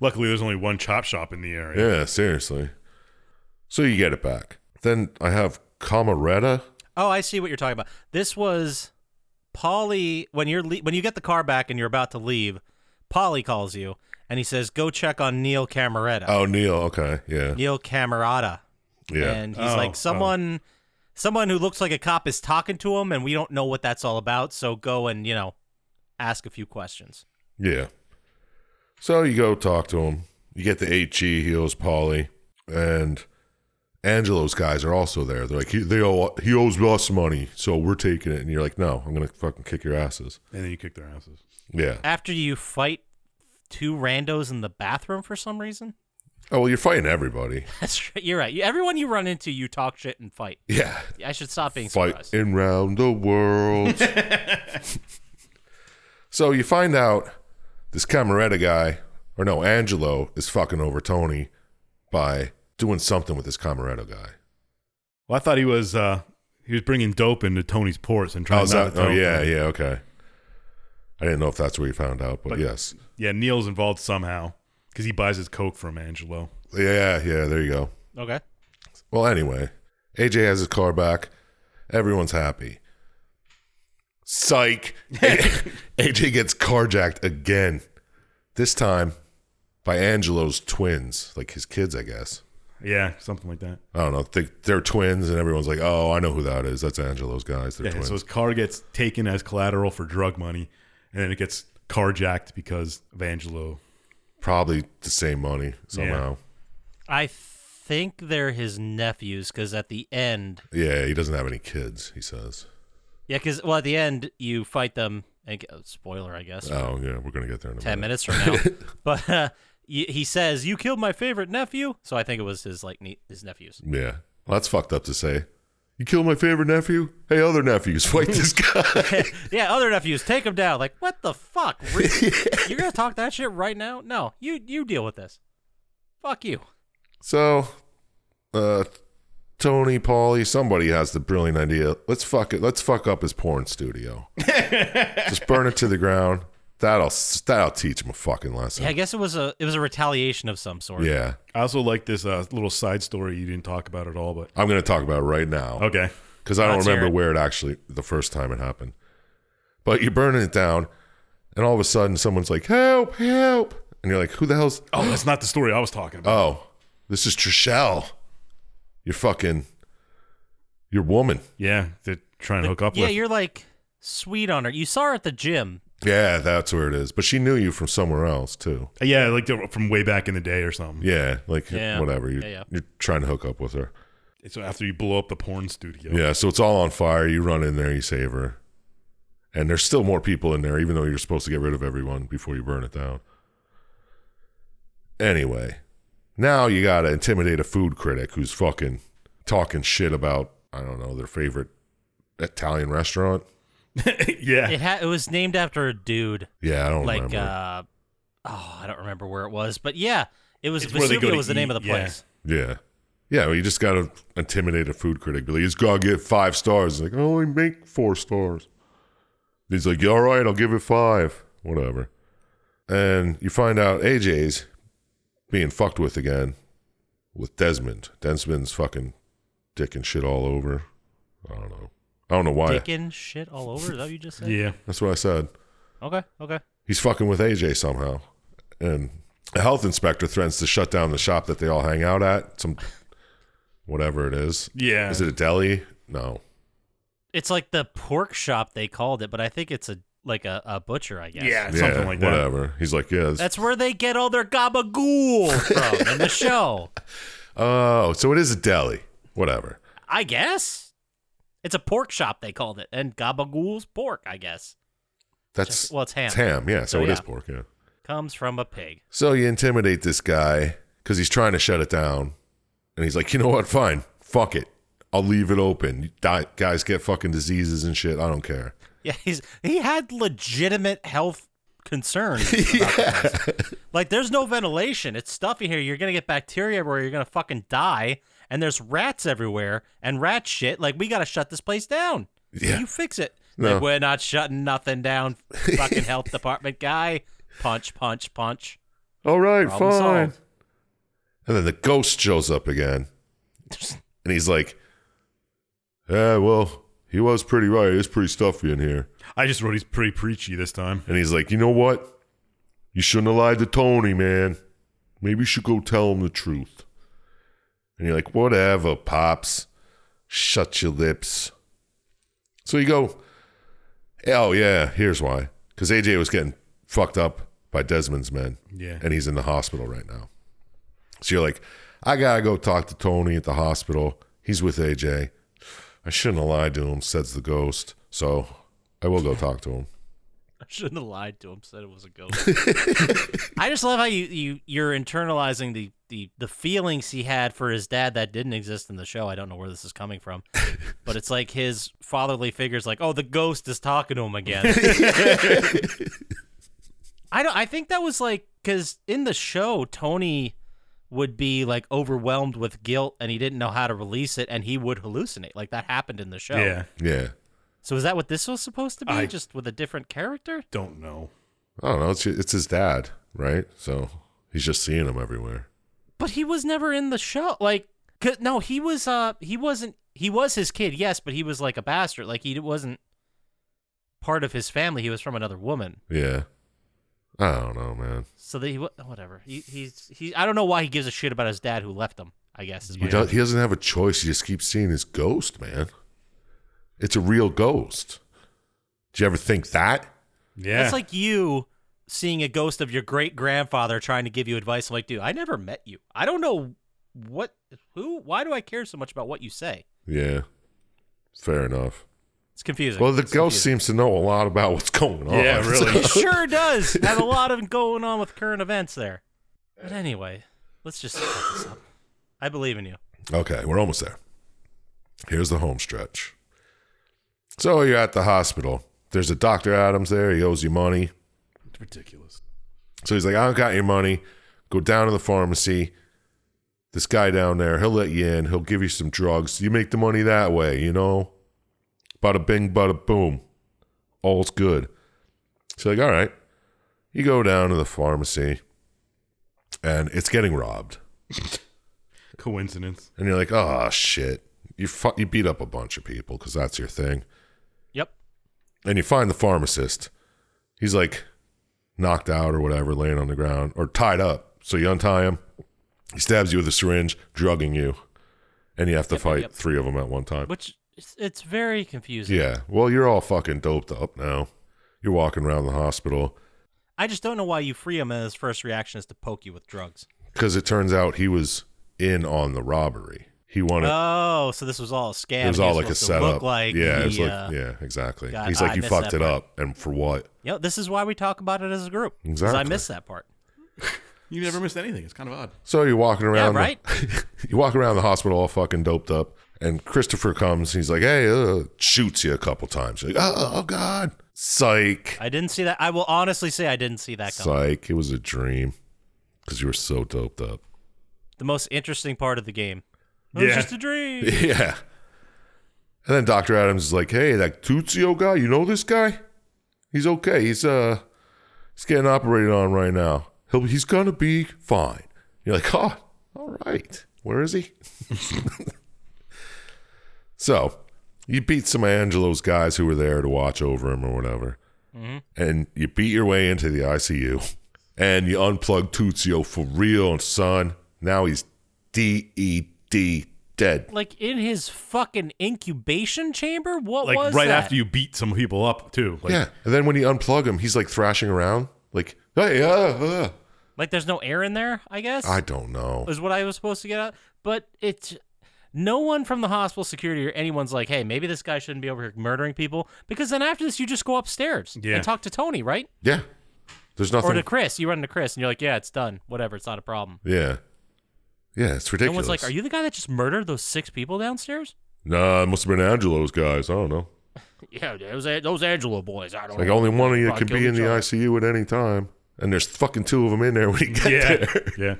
E: Luckily, there's only one chop shop in the area.
C: Yeah, seriously. So you get it back. Then I have Camaretta.
F: Oh, I see what you're talking about. This was Polly when you're le- when you get the car back and you're about to leave. Polly calls you and he says, "Go check on Neil Camerata."
C: Oh, Neil. Okay. Yeah.
F: Neil Camerata,
C: Yeah.
F: and he's
E: Oh, oh.
F: like, "Someone, someone who looks like a cop is talking to him, and we don't know what that's all about. So go and you know, ask a few questions."
C: Yeah. So you go talk to him. You get the HE, he owes Polly, and Angelo's guys are also there. They're like, he, they owe, he owes us money, so we're taking it. And you're like, no, I'm going to fucking kick your asses.
E: And then you kick their asses.
C: Yeah.
F: After you fight two randos in the bathroom for some reason,
C: Oh, well, you're fighting everybody.
F: that's right. You're right. You- Everyone you run into, you talk shit and fight.
C: Yeah.
F: I should stop being surprised.
C: fighting round the world. so you find out this Camaretta guy, or no, Angelo, is fucking over Tony by doing something with this Camaretta guy.
E: Well, I thought he was uh, he was bringing dope into Tony's ports and trying
C: How's
E: not
C: that?
E: to
C: Oh,
E: tell-
C: yeah, yeah, okay. I didn't know if that's where you found out, but,
E: But-
C: yes.
E: Yeah, Neil's involved somehow because he buys his coke from Angelo.
C: Yeah, yeah, there you go.
F: okay.
C: Well, anyway, AJ has his car back. Everyone's happy. Psych. AJ gets carjacked again. This time by Angelo's twins, like his kids, I guess.
E: Yeah, something like that.
C: I don't know. They, they're twins, and everyone's like, "Oh, I know who that is. That's Angelo's guys. They're
E: Yeah,
C: twins."
E: so his car gets taken as collateral for drug money, and then it gets carjacked because of Angelo.
C: Probably the same money somehow.
F: I think they're his nephews because at the end,
C: Yeah, he doesn't have any kids. He says,
F: yeah, because well, at the end you fight them. And, oh, spoiler, I guess.
C: "Oh, yeah, we're gonna get there in a
F: Ten
C: minute."
F: minutes from now, but uh, y- he says you killed my favorite nephew. So I think it was his like ne- his nephews.
C: Yeah, well, that's fucked up to say. You killed my favorite nephew. Hey, other nephews, fight this guy.
F: yeah, other nephews, take him down. Like what the fuck? Re- You're gonna talk that shit right now? No, you you deal with this. Fuck you.
C: So, uh, Tony, Paulie, somebody has the brilliant idea. Let's fuck it. Let's fuck up his porn studio. Just burn it to the ground. That'll that'll teach him a fucking lesson.
F: Yeah, I guess it was a it was a retaliation of some sort.
C: Yeah.
E: I also like this uh, little side story you didn't talk about at all, but
C: I'm gonna talk about it right now
E: okay.
C: because I don't
F: Let's hear
C: remember
F: it.
C: where it actually the first time it happened. But you're burning it down, and and all of a sudden someone's like, "Help! Help!" And you're like, "Who the hell's?"
E: Oh, that's not the story I was talking about.
C: Oh, this is Trishelle. Your fucking, your woman.
E: yeah, to try and hook up
F: yeah,
E: with.
F: you're like sweet on her. You saw her at the gym.
C: Yeah, that's where it is. But she knew you from somewhere else too.
E: Yeah, like the, from way back in the day or something.
C: Yeah, like
F: Yeah.
C: whatever. You're,
F: Yeah, yeah.
C: you're trying to hook up with her.
E: So after you blow up the porn studio.
C: Yeah, so it's all on fire. You run in there, you save her. And there's still more people in there, even though you're supposed to get rid of everyone before you burn it down. Anyway, now you got to intimidate a food critic who's fucking talking shit about, I don't know, their favorite Italian restaurant.
E: yeah.
F: It ha- it was named after a dude.
C: Yeah, I don't
F: like
C: remember.
F: uh oh I don't remember where it was, but yeah, it was
E: It's where they go
F: Vesuvio
E: to
F: was the name of the
E: eat, yeah.
F: place.
C: yeah. Yeah, well, you just got to intimidate a food critic. Be like, he's got to get five stars. Like, I only make four stars. He's like, all right, I'll give it five. Whatever. And you find out AJ's being fucked with again with Desmond. Desmond's fucking dick and shit all over. I don't know. I don't know why.
F: Dickin' shit all over. Is that what you just said?
E: Yeah.
C: That's what I said.
F: Okay. Okay.
C: He's fucking with AJ somehow. And a health inspector threatens to shut down the shop that they all hang out at. Some whatever it is.
E: Yeah.
C: Is it a deli? No.
F: It's like the pork shop they called it, but I think it's a like a, a butcher, I guess.
E: Yeah, something like that.
C: Whatever. He's like, yeah. this-
F: That's where they get all their gabagool from in the show.
C: oh, so it is a deli. Whatever.
F: I guess. It's a pork shop they called it. And gabagool's pork, I guess.
C: That's
F: well, it's ham.
C: It's ham. Yeah. So,
F: So,
C: it is
F: yeah.
C: pork. Yeah.
F: Comes from a pig.
C: So you intimidate this guy because he's trying to shut it down, and he's like, you know what? Fine. Fuck it. I'll leave it open. You die, guys get fucking diseases and shit. I don't care.
F: Yeah, he's he had legitimate health concerns. about the place. Like there's no ventilation. It's stuffy here. You're gonna get bacteria everywhere. You're gonna fucking die. And there's rats everywhere and rat shit. Like we gotta shut this place down.
C: Yeah.
F: You fix it.
C: No.
F: Like, we're not shutting nothing down. Fucking health department guy. Punch, punch, punch.
C: All right.
F: Problem
C: fine.
F: solved.
C: And then the ghost shows up again, and he's like, yeah, well, he was pretty right. It's pretty stuffy in here.
E: I just wrote he's pretty preachy this time.
C: And he's like, you know what? You shouldn't have lied to Tony, man. Maybe you should go tell him the truth. And you're like, whatever, Pops. Shut your lips. So you go, oh, yeah, here's why. Because AJ was getting fucked up by Desmond's men.
E: Yeah.
C: And he's in the hospital right now. So you're like, I got to go talk to Tony at the hospital. He's with AJ. I shouldn't have lied to him, says the ghost. So I will go talk to him.
F: I shouldn't have lied to him. Said it was a ghost. I just love how you you you're internalizing the the the feelings he had for his dad that didn't exist in the show. I don't know where this is coming from, but it's like his fatherly figure's like, oh, the ghost is talking to him again. I don't. I think that was like because in the show Tony would be like overwhelmed with guilt and he didn't know how to release it and he would hallucinate like that happened in the show
E: Yeah.
C: Yeah.
F: so is that what this was supposed to be
E: I-
F: just with a different character
E: Don't know.
C: I don't know. It's it's his dad, right? So he's just seeing him everywhere.
F: But he was never in the show. Like, 'cause- no, he was. Uh, he wasn't. He was his kid, yes, but he was like a bastard. Like he wasn't part of his family. He was from another woman.
C: Yeah. I don't know, man.
F: So that he wa- whatever. He he's he. I don't know why he gives a shit about his dad who left him. I guess is
C: He
F: my
C: does. He doesn't have a choice. He just keeps seeing his ghost, man. It's a real ghost. Did you ever think that?
E: Yeah.
F: That's like you seeing a ghost of your great grandfather trying to give you advice. I'm like, dude, I never met you. I don't know what who. Why do I care so much about what you say?
C: Yeah. Fair enough.
F: It's confusing.
C: Well, the
F: It's
C: ghost
F: confusing.
C: seems to know a lot about what's going on.
E: Yeah, really.
F: It sure does have a lot of going on with current events there. But anyway, let's just wrap this up. I believe in you.
C: Okay, we're almost there. Here's the home stretch. So you're at the hospital. There's a Dr. Adams there. He owes you money.
E: it's ridiculous.
C: So he's like, I don't got your money. Go down to the pharmacy. This guy down there, he'll let you in. He'll give you some drugs. You make the money that way, you know? Bada bing, bada boom. All's good. So, like, all right. You go down to the pharmacy and it's getting robbed.
E: Coincidence.
C: And you're like, oh, shit. You, fu- you beat up a bunch of people because that's your thing.
F: Yep.
C: and you find the pharmacist. He's like, knocked out or whatever, laying on the ground or tied up. So you untie him. He stabs you with a syringe, drugging you, and you have to fight
F: yep.
C: three of them at one time.
F: Which it's, it's very confusing.
C: yeah. Well, you're all fucking doped up now. You're walking around the hospital
F: I just don't know why you free him and his first reaction is to poke you with drugs.
C: because it turns out he was in on the robbery. He wanted.
F: Oh, so this was all a scam.
C: it was
F: He
C: all like a
F: supposed to
C: setup.
F: Look like
C: yeah,
F: he,
C: it was like,
F: uh,
C: yeah, exactly.
F: got-
C: He's
F: I
C: like, you
F: missed
C: fucked
F: that
C: it up, and for what?
F: You know, this is why we talk about it as a group. 'cause I
C: Exactly.
F: missed that part.
E: You never missed anything. It's kind of odd.
C: So you're walking around, the-
F: right?
C: you walk around the hospital all fucking doped up, and Christopher comes. He's like, "Hey," uh, shoots you a couple times. You're like, "Oh, oh, god, psych,
F: I didn't see that. I will honestly say I didn't see that coming.
C: psych." It was a dream because you were so doped up.
F: The most interesting part of the game. It was
E: Yeah.
F: just a dream.
C: yeah. And then Doctor Adams is like, "Hey, that Tuzio guy. You know this guy? He's okay. He's uh, he's getting operated on right now. He'll he's gonna be fine." You're like, "Oh, all right. Where is he?" so, you beat some of Angelo's guys who were there to watch over him or whatever, and you beat your way into the ICU, and you unplug Tuzio for real, and son, now he's D E D dead.
F: Like in his fucking incubation chamber? What
E: Like
F: was
E: right
F: that?
E: after you beat some people up too. Like,
C: yeah, and then when you unplug him, he's like thrashing around, like hey, uh, uh.
F: Like there's no air in there, I guess?
C: I don't know.
F: was what I was supposed to get out. But it's no one from the hospital security or anyone's like, hey, maybe this guy shouldn't be over here murdering people. Because then after this, you just go upstairs
E: Yeah.
F: and talk to Tony, right?
C: Yeah, there's
F: Or
C: nothing.
F: to Chris. You run into Chris and you're like, yeah, it's done. Whatever. It's not a problem.
C: yeah, yeah, it's
F: No
C: ridiculous.
F: one's like, are you the guy that just murdered those six people downstairs?
C: Nah, it must have been Angelo's guys. I don't know.
F: Yeah, those, those Angelo boys. I don't
C: Like
F: know.
C: only one of you
F: Probably
C: can be
F: killed
C: in the
F: each other.
C: ICU at any time, and there's fucking two of them in there when you get
E: yeah,
C: there.
E: yeah.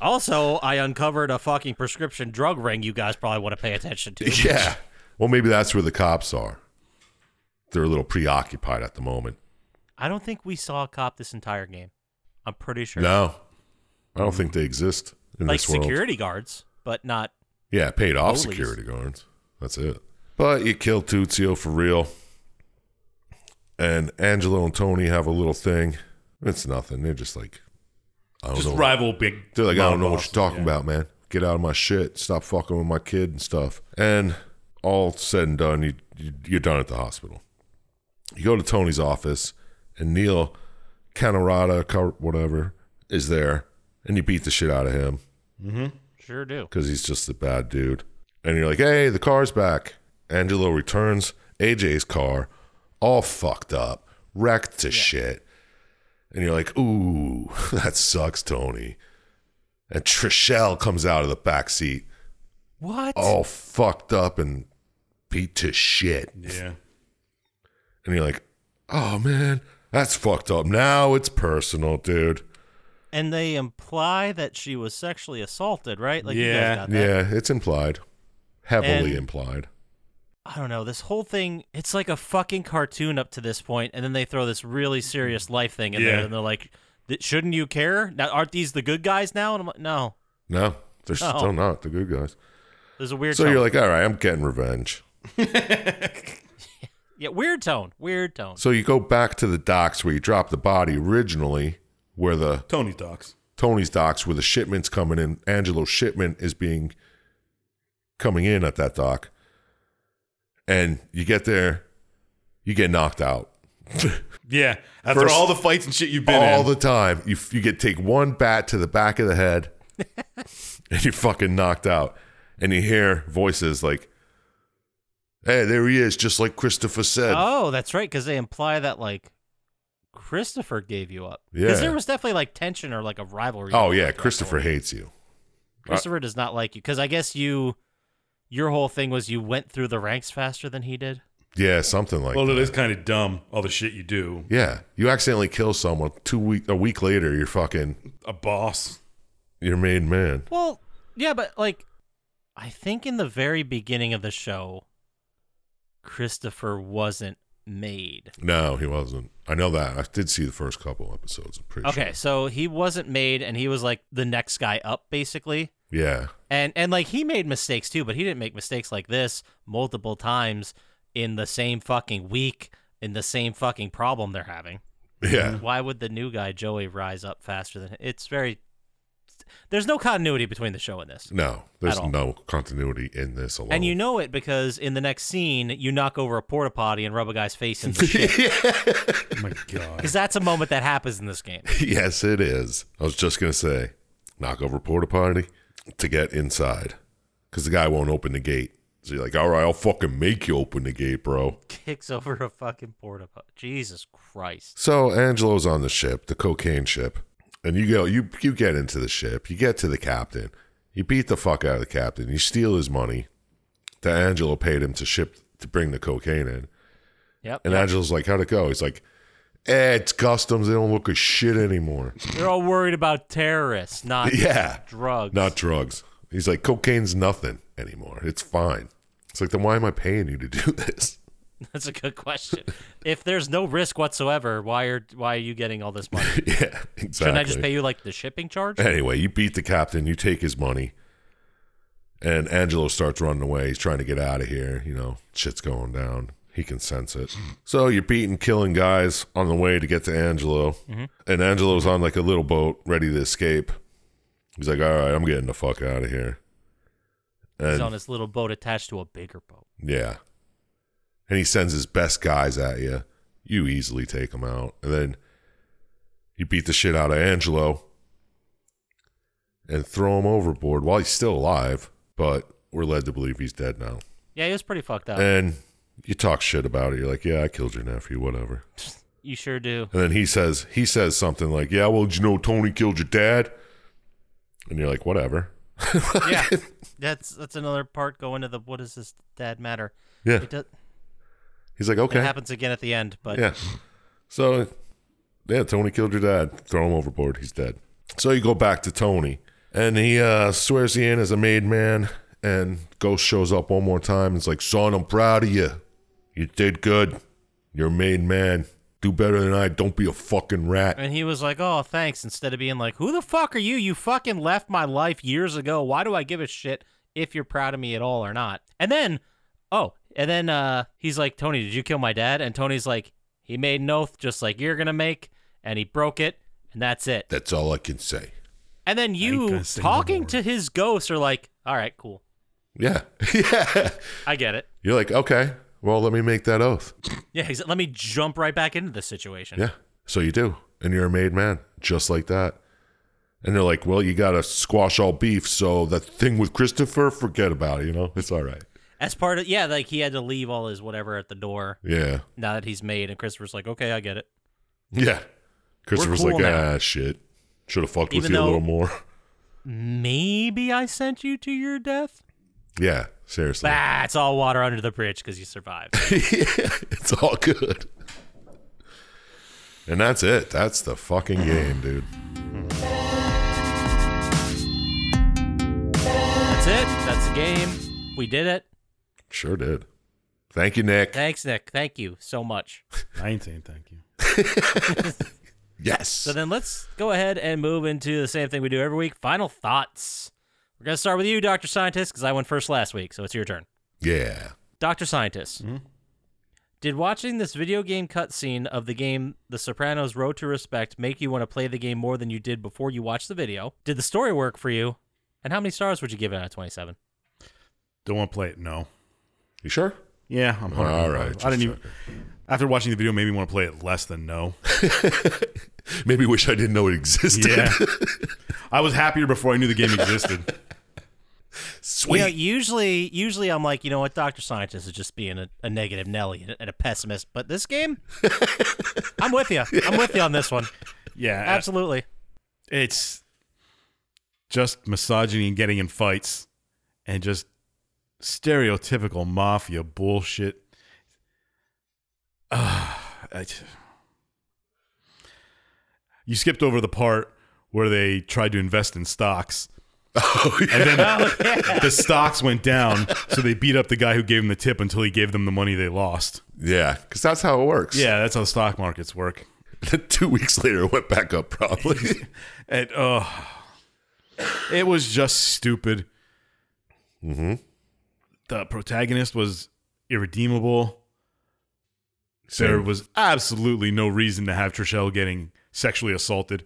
F: Also, I uncovered a fucking prescription drug ring you guys probably want to pay attention to.
C: yeah. Well, maybe that's where the cops are. They're a little preoccupied at the moment.
F: I don't think we saw a cop this entire game. I'm pretty sure.
C: No, I don't think they exist in
F: like
C: this world.
F: security guards, but not
C: Yeah, paid off
F: Police.
C: security guards. That's it. But you kill Tuzio for real. And Angelo and Tony have a little thing. It's nothing. They're just like, I don't
E: Just
C: know.
E: rival big.
C: They're like, I don't know what
E: mobs,
C: you're talking
E: yeah.
C: about, man. Get out of my shit. Stop fucking with my kid and stuff. And all said and done, you, you you're done at the hospital. You go to Tony's office, and Neil Canorata, Car- whatever, is there, and you beat the shit out of him
F: sure do.
C: because he's just a bad dude. And you're like, hey, the car's back. Angelo returns AJ's car, all fucked up, wrecked to shit. And you're like, ooh, that sucks, Tony. And Trishelle comes out of the back seat,
F: What?
C: all fucked up and beat to shit.
E: Yeah.
C: And you're like, oh man, that's fucked up. Now it's personal, dude.
F: And they imply that she was sexually assaulted, right? Like you
E: Yeah.
F: guys got that.
C: Yeah, it's implied, heavily
F: And-
C: implied.
F: I don't know. This whole thing, it's like a fucking cartoon up to this point, and then they throw this really serious life thing in
E: Yeah.
F: there, and they're like, "Th- "Shouldn't you care? Now, aren't these the good guys now?" And I'm like, "No,
C: No, they're
F: No.
C: still not the good guys.
F: there's a weird
C: So
F: tone.
C: you're like, all right, I'm getting revenge.
F: yeah, weird tone, weird tone."
C: So you go back to the docks where you dropped the body originally, where the
E: Tony's docs.
C: Tony's docks, where the shipment's coming in. Angelo's shipment is being coming in at that dock. And you get there, you get knocked out
E: Yeah. After
C: First-
E: all the fights and shit you've been
C: all
E: in.
C: the time. You you get take one bat to the back of the head, and you're fucking knocked out. And you hear voices like, "Hey, there he is," just like Christopher said.
F: Oh, that's right, because they imply that like Christopher gave you up.
C: Yeah.
F: Because there was definitely like tension or like a rivalry.
C: oh
F: going on
C: yeah,
F: at that
C: Christopher
F: point.
C: hates you.
F: Christopher does not like you because I guess you, your whole thing was you went through the ranks faster than he did.
C: Yeah, something like
E: well,
C: that.
E: it is kind of dumb. All the shit you do.
C: Yeah, you accidentally kill someone. Two week, a week later, you're fucking
E: A boss.
C: your main man.
F: Well, yeah, but like, I think in the very beginning of the show, Christopher wasn't made.
C: No, he wasn't. I know that. I did see the first couple episodes. I'm pretty
F: Okay, so he wasn't made, and he was like the next guy up, basically.
C: sure. Yeah,
F: And and like he made mistakes too, but he didn't make mistakes like this multiple times in the same fucking week in the same fucking problem they're having.
C: Yeah.
F: Why would the new guy Joey rise up faster than it's very? There's no continuity between the show and this,
C: No, there's
F: At all.
C: no continuity in this alone.
F: and you know it because in the next scene you knock over a porta potty and rub a guy's face in the shit
E: Oh my god.
F: because that's a moment that happens in this game.
C: yes, it is. I was just gonna say, knock over porta potty to get inside, because the guy won't open the gate. So you're like, all right, I'll fucking make you open the gate, bro.
F: Kicks over a fucking porta potty. Jesus Christ!
C: So Angelo's on the ship, the cocaine ship, and you go, you you get into the ship, you get to the captain, you beat the fuck out of the captain, you steal his money that Angelo paid him to ship to bring the cocaine in,
F: Yep.
C: and Angelo's like, how'd it go? He's like, eh, it's customs, they don't look as shit anymore.
F: They're all worried about terrorists, not
C: yeah,
F: drugs.
C: not drugs. He's like, cocaine's nothing anymore. It's fine. It's like, then why am I paying you to do this?
F: That's a good question. if there's no risk whatsoever, why are why are you getting all this money?
C: yeah, exactly.
F: Shouldn't I just pay you like the shipping charge?
C: Anyway, you beat the captain, you take his money, and Angelo starts running away. He's trying to get out of here. You know, shit's going down. He can sense it. So you're beating, killing guys on the way to get to Angelo.
F: Mm-hmm.
C: And Angelo's on like a little boat ready to escape. He's like, all right, I'm getting the fuck out of here.
F: He's
C: And
F: on this little boat attached to a bigger boat.
C: yeah. And he sends his best guys at you. You easily take them out. And then you beat the shit out of Angelo and throw him overboard while he's still alive. But we're led to believe he's dead now.
F: Yeah, he was pretty fucked up.
C: And you talk shit about it. You're like, yeah, I killed your nephew, whatever.
F: you sure do.
C: And then he says, he says something like, yeah, well, did you know Tony killed your dad? And you're like, whatever.
F: Yeah, that's that's another part going to the what does this dad matter?
C: Yeah.
F: It, does,
C: He's like, okay.
F: it happens again at the end, but
C: Yeah. So, yeah, Tony killed your dad. Throw him overboard. He's dead. So you go back to Tony, and he uh, swears he in as a made man. And Ghost shows up one more time. And it's like, son, I'm proud of you. You did good. You're a made man. Do better than I. Don't be a fucking rat.
F: and he was like, "Oh, thanks." Instead of being like, "Who the fuck are you? You fucking left my life years ago. Why do I give a shit if you're proud of me at all or not?" And then, oh, and then uh, he's like, "Tony, did you kill my dad?" And Tony's like, "He made an oath, just like you're gonna make, and he broke it, and that's it."
C: That's all I can say.
F: And then you
E: gonna say no
F: talking
E: more.
F: to his ghosts are like, "All right, cool,
C: Yeah. yeah.
F: I get it."
C: You're like, okay, well, let me make that oath.
F: Yeah, he's, let me jump right back into this situation.
C: Yeah. So you do. And you're a made man, just like that. And they're like, well, you got to squash all beef. So that thing with Christopher, forget about it. You know, it's all right.
F: As part of yeah, like he had to leave all his whatever at the door.
C: Yeah.
F: Now that he's made, and Christopher's like, "Okay, I get it."
C: Yeah. Christopher's
F: cool
C: like,
F: now.
C: ah, shit. Should have fucked with
F: Even
C: you a
F: though-
C: little more.
F: maybe I sent you to your death.
C: yeah. Seriously.
F: Bah, it's all water under the bridge because you survived.
C: it's all good. And that's it. That's the fucking game, dude.
F: That's it. That's the game. We did it.
C: Sure did. Thank you, Nick.
F: Thanks, Nick. Thank you so much.
E: I ain't saying thank you.
C: Yes.
F: So then let's go ahead and move into the same thing we do every week. Final thoughts. We're gonna start with you, Doctor Scientist, because I went first last week, so it's your turn.
C: yeah.
F: Doctor Scientist. Did watching this video game cutscene of the game The Sopranos Road to Respect make you want to play the game more than you did before you watched the video? Did the story work for you? And how many stars would you give it out of 27?
E: Don't want to play it. No.
C: You sure?
E: Yeah, I'm.
C: All
E: 100%
C: right.
E: I didn't
C: just
E: even. After watching the video, made me want to play it less than no.
C: checking. Maybe wish I didn't know it existed.
E: Yeah. I was happier before I knew the game existed.
C: Sweet.
F: You know, usually, usually I'm like, you know what, Doctor Scientist is just being a, a negative Nelly and a, and a pessimist. But this game, I'm with you. I'm with you on this one.
E: Yeah, absolutely.
F: Absolutely.
E: It's just misogyny and getting in fights, and just stereotypical mafia bullshit. Ah, I t- you skipped over the part where they tried to invest in stocks.
C: Oh, yeah.
E: And then the stocks went down, so they beat up the guy who gave them the tip until he gave them the money they lost.
C: Yeah, because that's how it works.
E: Yeah, that's how the stock markets work.
C: Two weeks later, it went back up, probably.
E: And oh, it was just stupid. Mm-hmm. The protagonist was irredeemable. There
C: Same.
E: was absolutely no reason to have Trishelle getting sexually assaulted.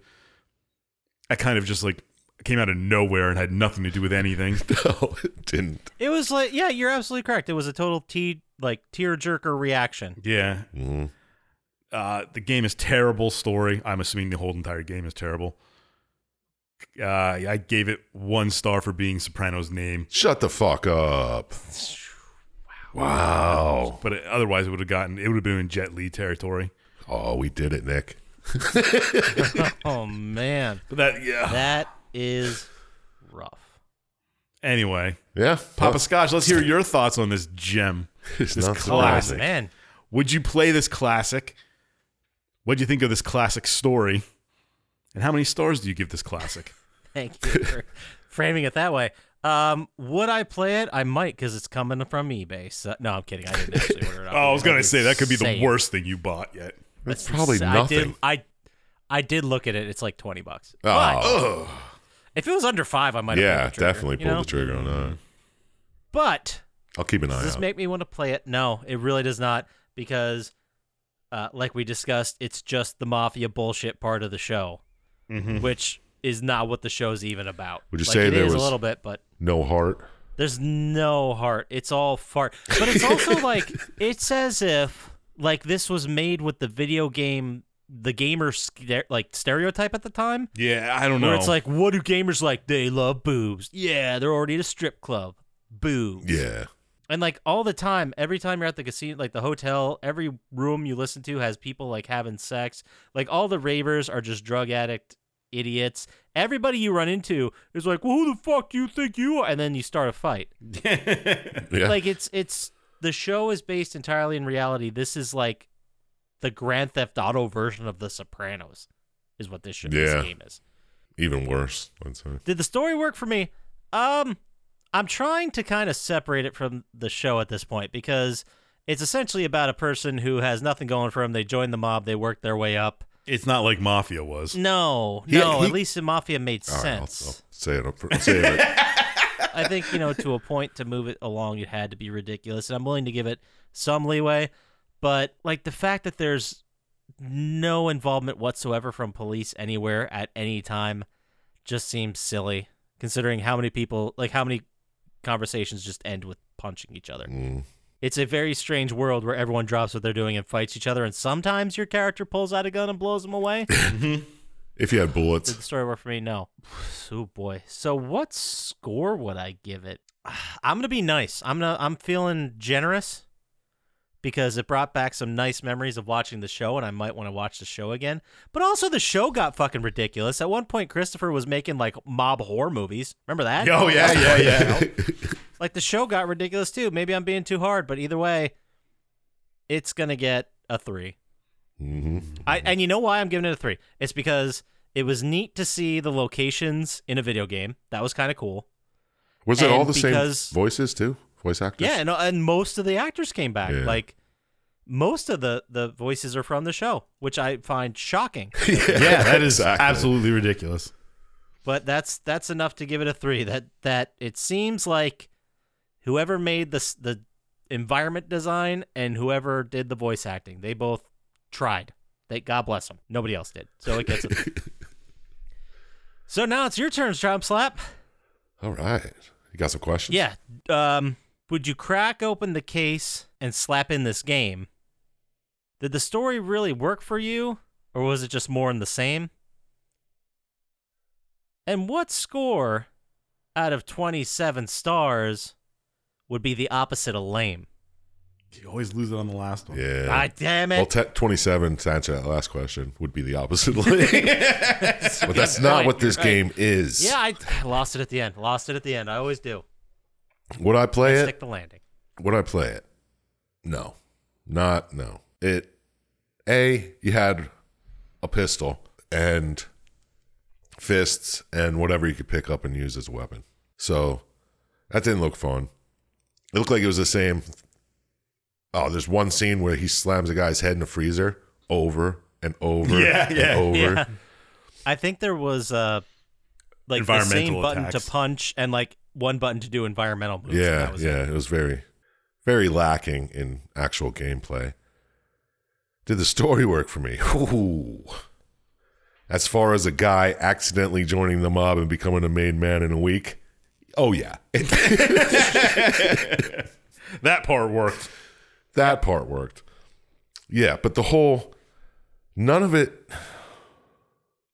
E: I kind of just like came out of nowhere and had nothing to do with anything.
C: No, it didn't.
F: It was like, yeah, you're absolutely correct. It was a total t like tearjerker reaction.
E: yeah.
C: Mhm.
E: Uh, the game is terrible story. I'm assuming the whole entire game is terrible. Uh, I gave it one star for being Soprano's name,
C: Shut the fuck up. Wow.
E: but it, otherwise it would have gotten it would have been in Jet Li territory.
C: Oh, we did it, Nick.
F: Oh man,
E: But that yeah.
F: that is rough.
E: Anyway,
C: Yeah.
E: Papa Scotch, let's hear your thoughts on this gem.
C: It's
E: this
C: not
E: classic.
C: surprising.
F: Man,
E: Would you play this classic? What do you think of this classic story? And how many stars do you give this classic?
F: thank you for framing it that way. Um, would I play it? I might because it's coming from eBay. So no, I'm kidding. I didn't actually order it. off
E: Oh, I was
F: eBay.
E: gonna say that could be
F: Same.
E: the worst thing you bought yet.
C: It's
F: That's
C: probably
F: ins- I did,
C: nothing.
F: I, I did look at it. It's like twenty bucks. But
C: Oh,
F: if it was under five, I might. have
C: yeah,
F: pulled the trigger,
C: definitely
F: you
C: pull
F: know?
C: the trigger on that.
F: But
C: I'll keep an eye
F: Does this
C: out.
F: make me want to play it? No, it really does not because, uh, like we discussed, it's just the mafia bullshit part of the show, which is not what the show's even about.
C: Mm-hmm. Would you
F: like,
C: say
F: it
C: there
F: is
C: was-
F: a little bit, but
C: no heart.
F: there's no heart. It's all fart. But it's also like it's as if like this was made with the video game, the gamer ster- like stereotype at the time.
E: Yeah, I don't
F: Where it's like, what do gamers like? They love boobs. Yeah, they're already at a strip club. Boobs.
C: Yeah.
F: And like all the time, every time you're at the casino, like the hotel, every room you listen to has people like having sex. Like all the ravers are just drug addict idiots. Everybody you run into is like, well, who the fuck do you think you are? And then you start a fight.
C: Yeah.
F: Like it's, it's, the show is based entirely in reality. This is like the Grand Theft Auto version of The Sopranos, is what this, show,
C: Yeah.
F: this game is.
C: Even worse, I'd say.
F: Did the story work for me? Um, I'm trying to kind of separate it from the show at this point because it's essentially about a person who has nothing going for them. They join the mob, they work their way up.
E: it's not like Mafia was.
F: No,
C: He-
F: no.
C: he-
F: at least in Mafia made
C: All right, I'll, I'll
F: sense.
C: say it up for save it.
F: I think you know to a point to move it along, it had to be ridiculous, and I'm willing to give it some leeway. But like the fact that there's no involvement whatsoever from police anywhere at any time just seems silly, considering how many people, like how many conversations just end with punching each other.
C: Mm.
F: It's a very strange world where everyone drops what they're doing and fights each other, and sometimes your character pulls out a gun and blows them away.
C: If you had
F: Did the
C: bullets,
F: story work for me? No. Oh boy. So what score would I give it? I'm gonna be nice. I'm gonna I'm feeling generous because it brought back some nice memories of watching the show and I might want to watch the show again. But also the show got fucking ridiculous. At one point Christopher was making like mob horror movies. Remember that?
E: Oh yeah, yeah, yeah.
F: Like the show got ridiculous too. Maybe I'm being too hard, but either way, it's gonna get a three.
C: hmm
F: I and you know why I'm giving it a three? It's because it was neat to see the locations in a video game. That was kind of cool.
C: was it all
F: And
C: the
F: because-
C: same voices too? Voice actors?
F: yeah, and, uh, and most of the actors came back.
C: Yeah.
F: Like most of the the voices are from the show, which I find shocking.
E: yeah, that is
C: Exactly.
E: absolutely ridiculous.
F: but that's that's enough to give it a three. That that it seems like whoever made this the environment design and whoever did the voice acting, they both tried. They God bless them. Nobody else did, so it gets. A three. so now it's your turn, Trump Slap.
C: All right. You got some questions?
F: Yeah. Um, would you crack open the case and slap in this game? Did the story really work for you, or was it just more in the same? And what score out of 27 stars would be the opposite of lame?
E: You always lose it on the last one.
C: Yeah.
F: Ah, damn
C: well,
F: it.
C: te- 27 to answer that last question would be the opposite. leg. but that's
F: Good
C: not
F: point.
C: what this
F: You're right.
C: game is.
F: Yeah, I, I lost it at the end. Lost it at the end. I always do.
C: Would I play
F: I
C: it?
F: stick the landing.
C: Would I play it? No. Not no. It A, you had a pistol and fists and whatever you could pick up and use as a weapon. So that didn't look fun. It looked like it was the same. Oh, there's one scene where he slams a guy's head in a freezer over and over
E: Yeah,
C: and
E: yeah,
C: over.
F: Yeah. I think there was uh like the same
E: Environmental
F: button
E: attacks.
F: to punch and like one button to do environmental moves. and
C: Yeah,
F: that was it.
C: yeah, it. was very, very lacking in actual gameplay. Did the story work for me? Ooh. As far as a guy accidentally joining the mob and becoming a made man in a week, oh yeah,
E: That part worked.
C: that part worked. Yeah, but the whole none of it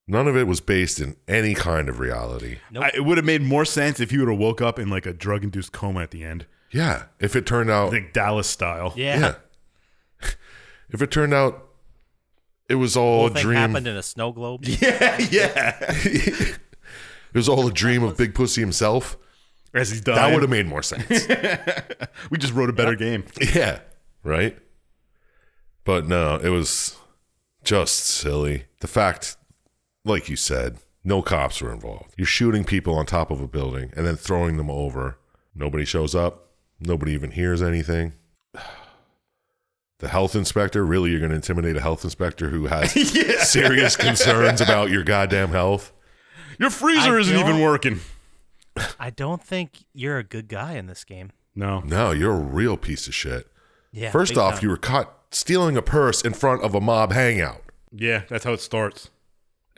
C: none of it was based in any kind of reality.
F: Nope.
E: I, it would have made more sense if he would have woke up in like a drug induced coma at the end,
C: Yeah, if it turned out
E: like Dallas style.
F: Yeah.
C: yeah. If it turned out it was all
F: Whole
C: a
F: thing
C: dream.
F: happened in a snow globe.
C: It was all a dream of Big Pussy himself.
E: As he's done,
C: That would have made more sense.
E: we just wrote a better game.
C: yeah. Right? But no, it was just silly. The fact, like you said, no cops were involved. You're shooting people on top of a building and then throwing them over. Nobody shows up. Nobody even hears anything. The health inspector, really, you're going to intimidate a health inspector who has serious concerns about your goddamn health.
E: Your freezer
F: I
E: isn't
F: don't-
E: even working.
F: I don't think you're a good guy in this game.
E: No.
C: No, you're a real piece of shit.
F: Yeah.
C: First
F: big
C: off,
F: time.
C: you were caught stealing a purse in front of a mob hangout.
E: Yeah, that's how it starts.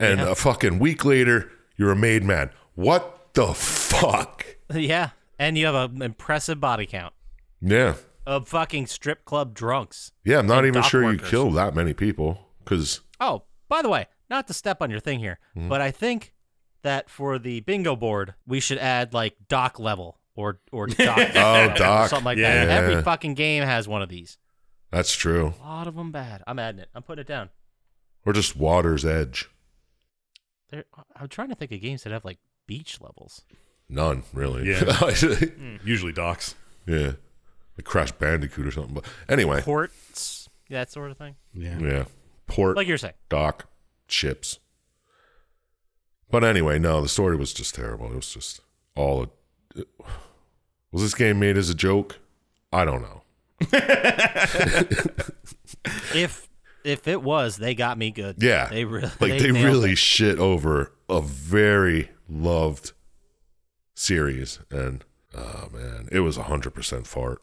C: And
F: Yeah.
C: a fucking week later, you're a made man. What the fuck?
F: Yeah. And you have an impressive body count
C: Yeah.
F: of fucking strip club drunks.
C: Yeah, I'm not even
F: dock
C: sure
F: workers.
C: you killed that many people because
F: Oh, by the way, not to step on your thing here,
C: Mm-hmm.
F: but I think that for the bingo board, we should add like dock level or or dock level or
C: Oh, dock.
F: something like that.
E: Yeah.
F: Every fucking game has one of these.
C: that's true.
F: A lot of them bad. I'm adding it. I'm putting it down.
C: Or just water's edge.
F: There, I'm trying to think of games that have like beach levels.
C: None, really.
E: Yeah.
F: Hmm.
C: Yeah.
E: Usually docs.
C: yeah. Like Crash Bandicoot or something. But anyway.
F: Ports, that sort of thing.
E: Yeah.
C: Yeah. Port.
F: Like you're saying.
C: dock chips. But anyway, no, the story was just terrible. It was just all. A, was this game made as a joke? I don't know.
F: If if it was, they got me good.
C: Yeah,
F: They really
C: like they,
F: nailed
C: really
F: it.
C: shit over a very loved series, and oh man, it was hundred percent fart.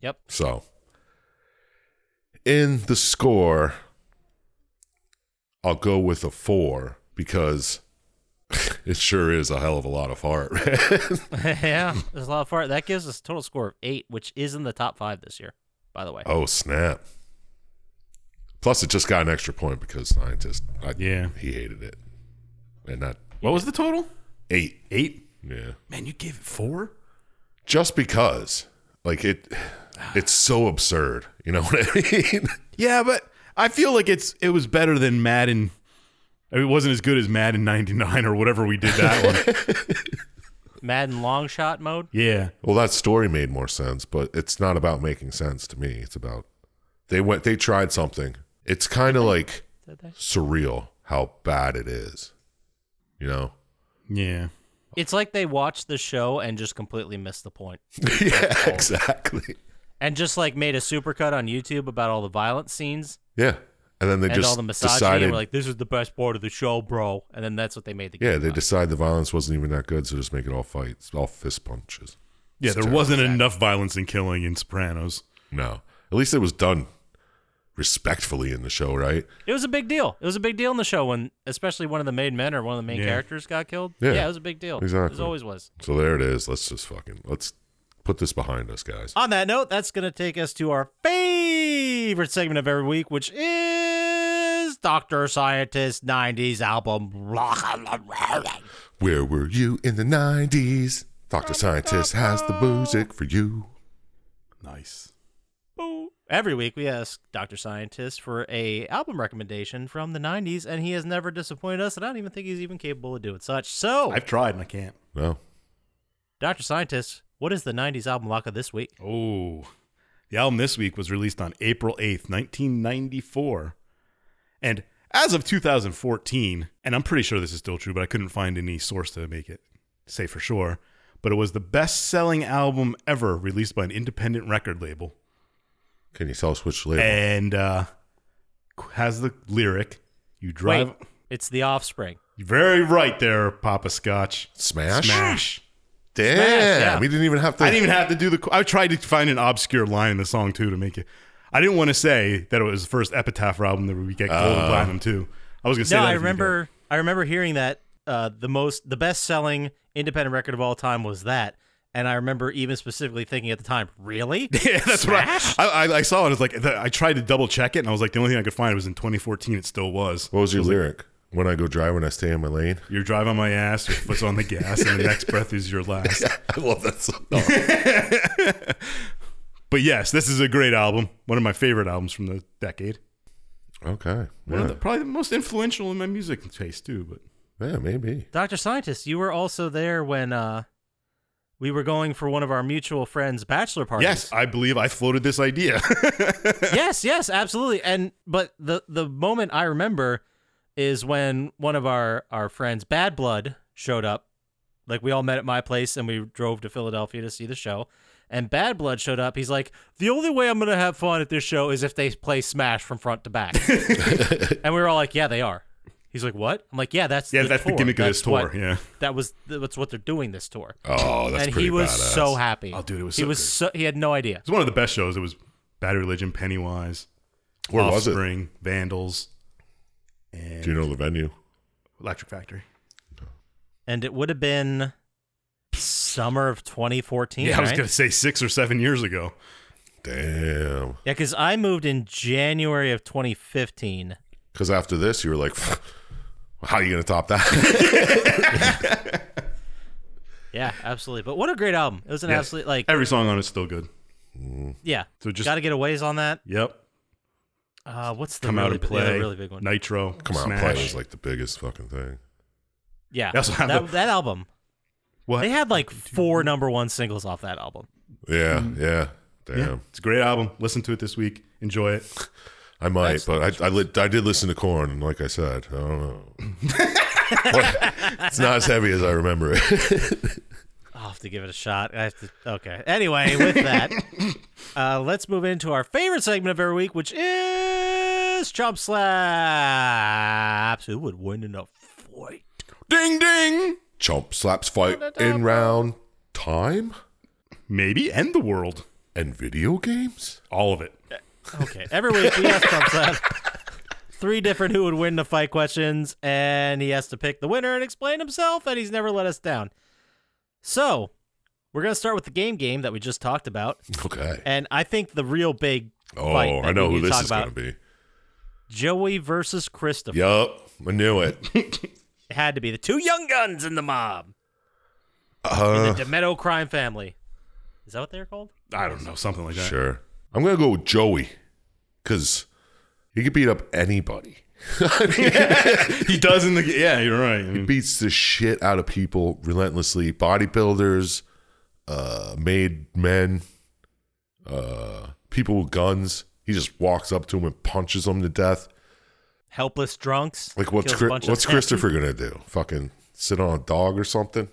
F: Yep.
C: So, in the score, I'll go with a four because it sure is a hell of a lot of fart.
F: yeah. There's a lot of fart. That gives us a total score of eight, which is in the top five this year, by the way.
C: oh snap! Plus, it just got an extra point because scientist. I,
E: Yeah.
C: he hated it, and not
E: What was the total?
C: eight.
E: Eight.
C: Yeah,
E: Man, you gave it four.
C: just because, like it, it's so absurd. You know what I mean?
E: Yeah, but I feel like it's it was better than Madden. I mean, it wasn't as good as Madden '99 or whatever we did that one.
F: Madden long shot mode.
E: Yeah.
C: Well, that story made more sense, but it's not about making sense to me. It's about they went they tried something. It's kind of like
F: Did they?
C: surreal how bad it is. You know?
E: Yeah.
F: It's like they watched the show and just completely missed the point.
C: yeah, exactly.
F: And just like made a supercut on YouTube about all the violent scenes
C: Yeah. And then they
F: and
C: just
F: all the misogyny.
C: decided
F: And we're like, this is the best part of the show, bro. And then that's what they made the game.
C: Yeah, they
F: about.
C: decide the violence wasn't even that good, so just make it all fights, all fist punches.
E: Yeah, there
C: Exactly.
E: wasn't enough violence and killing in Sopranos.
C: No. At least it was done respectfully in the show, right?
F: It was a big deal. It was a big deal in the show when, especially one of the main men or one of the main
E: Yeah.
F: characters got killed.
C: Yeah.
F: it was a big deal.
C: Exactly.
F: It always was.
C: So there it is. Let's just fucking let's put this behind us, guys.
F: On that note, that's going to take us to our favorite segment of every week, which is Dr. Scientist 90s album.
C: Where were you in the 90s? Dr. Scientist has the music for you.
E: Nice.
F: Every week we ask Dr. Scientist for a album recommendation from the 90s and he has never disappointed us and I don't even think he's even capable of doing such. So,
E: I've tried and I can't.
C: No.
F: Dr. Scientist, what is the 90s album lock of this week?
E: Oh. The album this week was released on April 8th, 1994. And as of 2014, and I'm pretty sure this is still true, but I couldn't find any source to make it say for sure, but it was the best selling album ever released by an independent record label.
C: Can you tell us which label?
E: And uh, has the lyric, You drive.
F: Wait, it's The Offspring.
E: Very right there, Papa Scotch.
C: Smash?
E: Smash.
C: Damn.
F: Smash, yeah.
C: We didn't even have to.
E: I didn't even have to do the. I tried to find an obscure line in the song too to make it. I didn't want to say that it was the first Epitaph album that we get gold and platinum too. I was gonna say
F: Uh. No,
E: that
F: I
E: if you
F: remember. I remember hearing that uh, the most, the best-selling independent record of all time was that, and I remember even specifically thinking at the time, "Really?
E: did. Yeah, that's right. I, I, I saw it. I was like, I tried to double check it, and I was like, the only thing I could find was in 2014. It still was.
C: What was your lyric? When I go dry, when I stay in my lane.
E: You're driving my ass, your foot's on the gas, and the next breath is your last.
C: I love that song.
F: Oh.
E: But yes, this is a great album. One of my favorite albums from the decade.
C: okay.
E: One
C: Yeah.
E: of the, probably the most influential in my music taste too. But
C: yeah, maybe.
F: Doctor Scientist, you were also there when uh, we were going for one of our mutual friends' bachelor parties."
E: yes, I believe I floated this idea.
F: yes, yes, absolutely. And but the the moment I remember is when one of our our friends, Bad Blood, showed up. Like we all met at my place and we drove to Philadelphia to see the show. And Bad Blood showed up. He's like, the only way I'm gonna have fun at this show is if they play Smash from front to back. and we were all like, yeah, they are. He's like, what? I'm like, yeah, that's
E: yeah, that's the
F: tour.
E: gimmick of
F: That's
E: this tour.
F: what-
E: yeah.
F: that was that's what they're doing this tour.
C: Oh, that's
F: and
C: pretty
F: he was
C: badass.
F: so happy.
E: Oh, dude, it was
F: he
E: so
F: was
E: good.
F: so he had no idea.
E: It's one of the best shows. It was Bad Religion, Pennywise,
C: Where was it?
E: Offspring, Vandals, and
C: Do you know the venue?
E: Electric Factory.
F: and it would have been summer of 2014.
E: Yeah, I was
F: right?
E: gonna say six or seven years ago.
C: Damn.
F: Yeah, because I moved in January of 2015.
C: Because after this, you were like, how are you going to top that?
F: Yeah, absolutely. But what a great album! It was an absolute like
E: Every song on it's still good.
C: Mm,
F: yeah.
E: So just-
F: got to get a ways on that.
E: Yep.
F: Uh, what's the
E: Come
F: really,
E: out and
F: the other
E: play.
F: really big one?
E: Nitro.
C: Come on,
E: Smash.
C: play was like the biggest fucking thing.
F: Yeah,
E: They also have
F: that,
E: the-
F: that album.
E: what?
F: They had like four number one singles off that album.
C: Yeah,
F: Mm.
C: yeah. Damn.
E: Yeah, it's a great album. Listen to it this week. Enjoy it.
C: I might, but I I, li- I did listen to Corn, and like I said, I don't know. it's not as heavy as I remember it.
F: I'll have to give it a shot. I have to. Okay. Anyway, with that, uh, let's move into our favorite segment of every week, which is Chump Slaps. Who would win in a fight?
E: ding ding.
C: Chomp slaps fight in round time
E: Maybe end the world.
C: and video games.
E: All of it.
F: Okay. Every week we ask Chump Slaps three different who would win the fight questions, and he has to pick the winner and explain himself, and he's never let us down. So we're gonna start with the game game that we just talked about,
C: Okay.
F: and I think the real big
C: Oh,
F: fight that
C: I know
F: we
C: who
F: need to
C: this
F: talk
C: is
F: about
C: going to be.
F: Joey versus Christopher.
C: Yup, I knew it.
F: It had to be the two young guns in the mob.
C: Uh,
F: the Demeto crime family. Is that what they're called?
E: I don't know, something like that.
C: sure. I'm going to go with Joey because he could beat up anybody. I mean,
E: He does in the yeah. You're right. I
F: Mm.
E: mean,
C: beats the shit out of people relentlessly. Bodybuilders, uh, made men, uh, people with guns. He just walks up to him and punches them to death.
F: Helpless drunks.
C: Like what's
F: Kills a
C: Chri-
F: bunch of
C: what's
F: them.
C: Christopher gonna do? Fucking sit on a dog or something?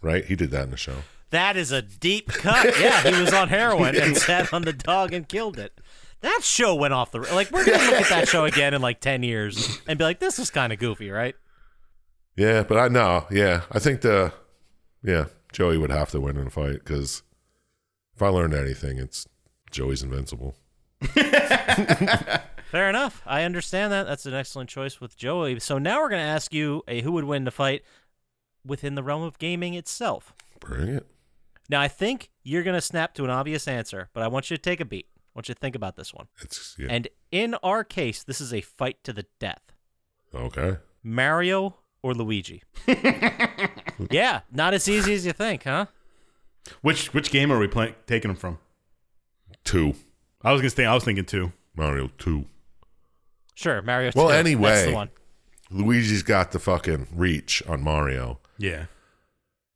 C: Right? He did that in the show.
F: That is a deep cut. Yeah, he was on heroin and sat on the dog and killed it. That show went off the like. We're gonna look at that show again in like ten years and be like, "This was kind of goofy, right?"
C: Yeah, but I know. Yeah, I think the yeah Joey would have to win in a fight because if I learned anything, it's Joey's invincible.
F: Fair enough. I understand that. That's an excellent choice with Joey. So now we're gonna ask you a who would win the fight within the realm of gaming itself.
C: Bring it.
F: Now I think you're gonna snap to an obvious answer, but I want you to take a beat. I want you to think about this one.
C: It's yeah.
F: And in our case, this is a fight to the death.
C: okay.
F: Mario or Luigi? yeah, not as easy as you think, huh?
E: which which game are we playing? Taking them from?
C: Two
E: I was gonna say. I was thinking two.
C: Mario two.
F: Sure, Mario.
C: Well,
F: 2. that's
C: anyway.
F: the one.
C: Luigi's got the fucking reach on Mario,
E: Yeah.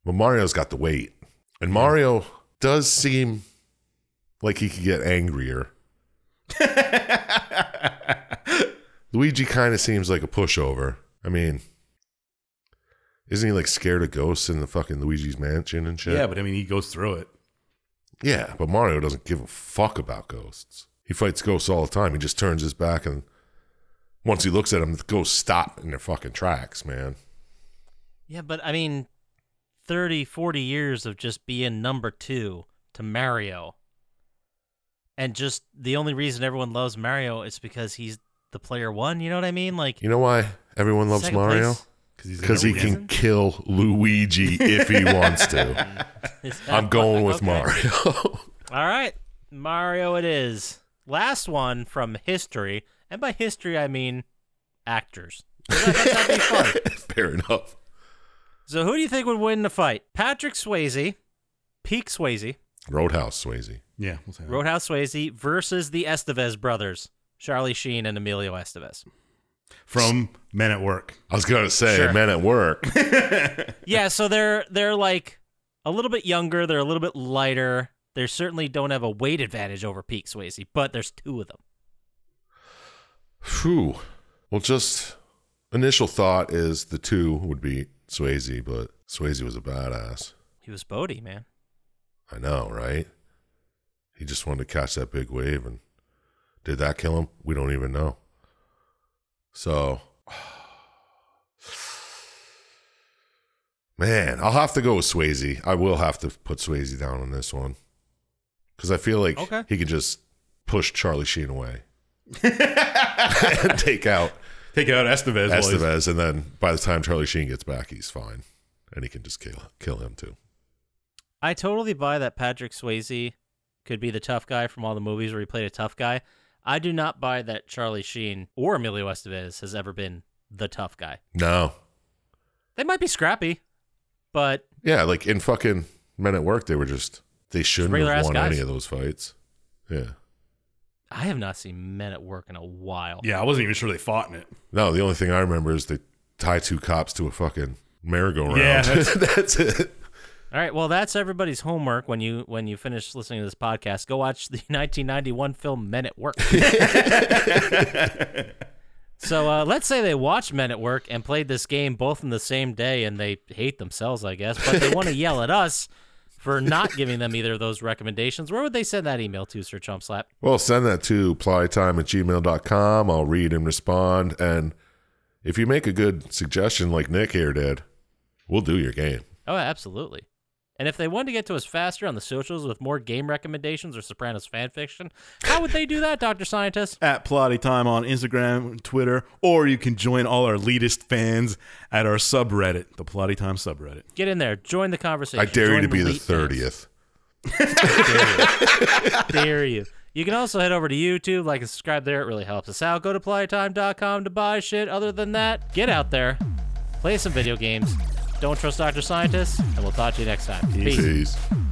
C: but Mario's got the weight, and Mario does seem like he could get angrier. Luigi kind of seems like a pushover. I mean, isn't he like scared of ghosts in the fucking Luigi's Mansion and shit?
E: Yeah, but I mean, he goes through it.
C: Yeah, but Mario doesn't give a fuck about ghosts. He fights ghosts all the time. He just turns his back and once he looks at them, the ghosts stop in their fucking tracks, man.
F: Yeah, but I mean, 30, 40 years of just being number two to Mario. And just the only reason everyone loves Mario is because he's the player one. You know what I mean? Like
C: You know why everyone loves
F: second
C: Mario?
F: place
E: he's in
C: Because he
F: "Oh,
E: every game.
C: can kill Luigi if he wants to.
F: is-
C: I'm going with
F: Okay.
C: Mario.
F: All right, Mario, it is. Last one from history, and by history I mean actors. That'd be fun.
C: Fair enough.
F: So who do you think would win the fight? Patrick Swayze, Peak Swayze,
C: Roadhouse Swayze.
E: Yeah, we'll say that.
F: Roadhouse Swayze versus the Estevez brothers, Charlie Sheen and Emilio Estevez.
E: from Men at Work.
C: I was gonna say,
F: Sure.
C: men at work.
F: Yeah, so they're they're like a little bit younger, they're a little bit lighter. They certainly don't have a weight advantage over Peak Swayze, but there's two of them.
C: Phew. Well, just initial thought is the two would be Swayze, but Swayze was a badass.
F: He was Bodie, man.
C: I know, right? He just wanted to catch that big wave, and did that kill him? We don't even know. So, man, I'll have to go with Swayze. I will have to put Swayze down on this one because I feel like
F: Okay.
C: he could just push Charlie Sheen away and take out
E: Take out Estevez. while he's-
C: Estevez, and then by the time Charlie Sheen gets back, he's fine, and he can just kill kill him too.
F: I totally buy that Patrick Swayze could be the tough guy from all the movies where he played a tough guy. I do not buy that Charlie Sheen or Emilio Estevez has ever been the tough guy.
C: No,
F: They might be scrappy, but
C: Yeah, like in fucking Men at Work, they were just they shouldn't have
F: regular-ass
C: won
F: guys.
C: any of those fights. Yeah.
F: I have not seen Men at Work in a while.
E: Yeah, I wasn't even sure they fought in it.
C: No, the only thing I remember is they tie two cops to a fucking merry-go-round.
E: Yeah,
C: that's, it.
F: All right, well that's everybody's homework when you when you finish listening to this podcast. Go watch the 1991 film Men at Work. so uh, let's say they watched Men at Work and played this game both on the same day, and they hate themselves, I guess, but they want to yell at us for not giving them either of those recommendations. Where would they send that email to, Sir Chumpslap?
C: Well, send that to plytime at gmail.com. I'll read and respond. And if you make a good suggestion like Nick here did, we'll do your game.
F: Oh, absolutely. And if they wanted to get to us faster on the socials with more game recommendations or Sopranos fan fiction, how would they do that, Doctor Scientist?
E: At Plotty Time on Instagram, Twitter, or you can join all our elitist fans at our subreddit, the Plotty Time subreddit.
F: Get in there. Join the conversation.
C: I dare you
F: Join
C: to be the
F: elite fans.
C: 30th.
F: dare you. You can also head over to YouTube, like and subscribe there. It really helps us out. Go to playtime.com to buy shit. Other than that, get out there, play some video games. Don't trust Dr. Scientists, and we'll talk to you next time. Peace.
C: Peace.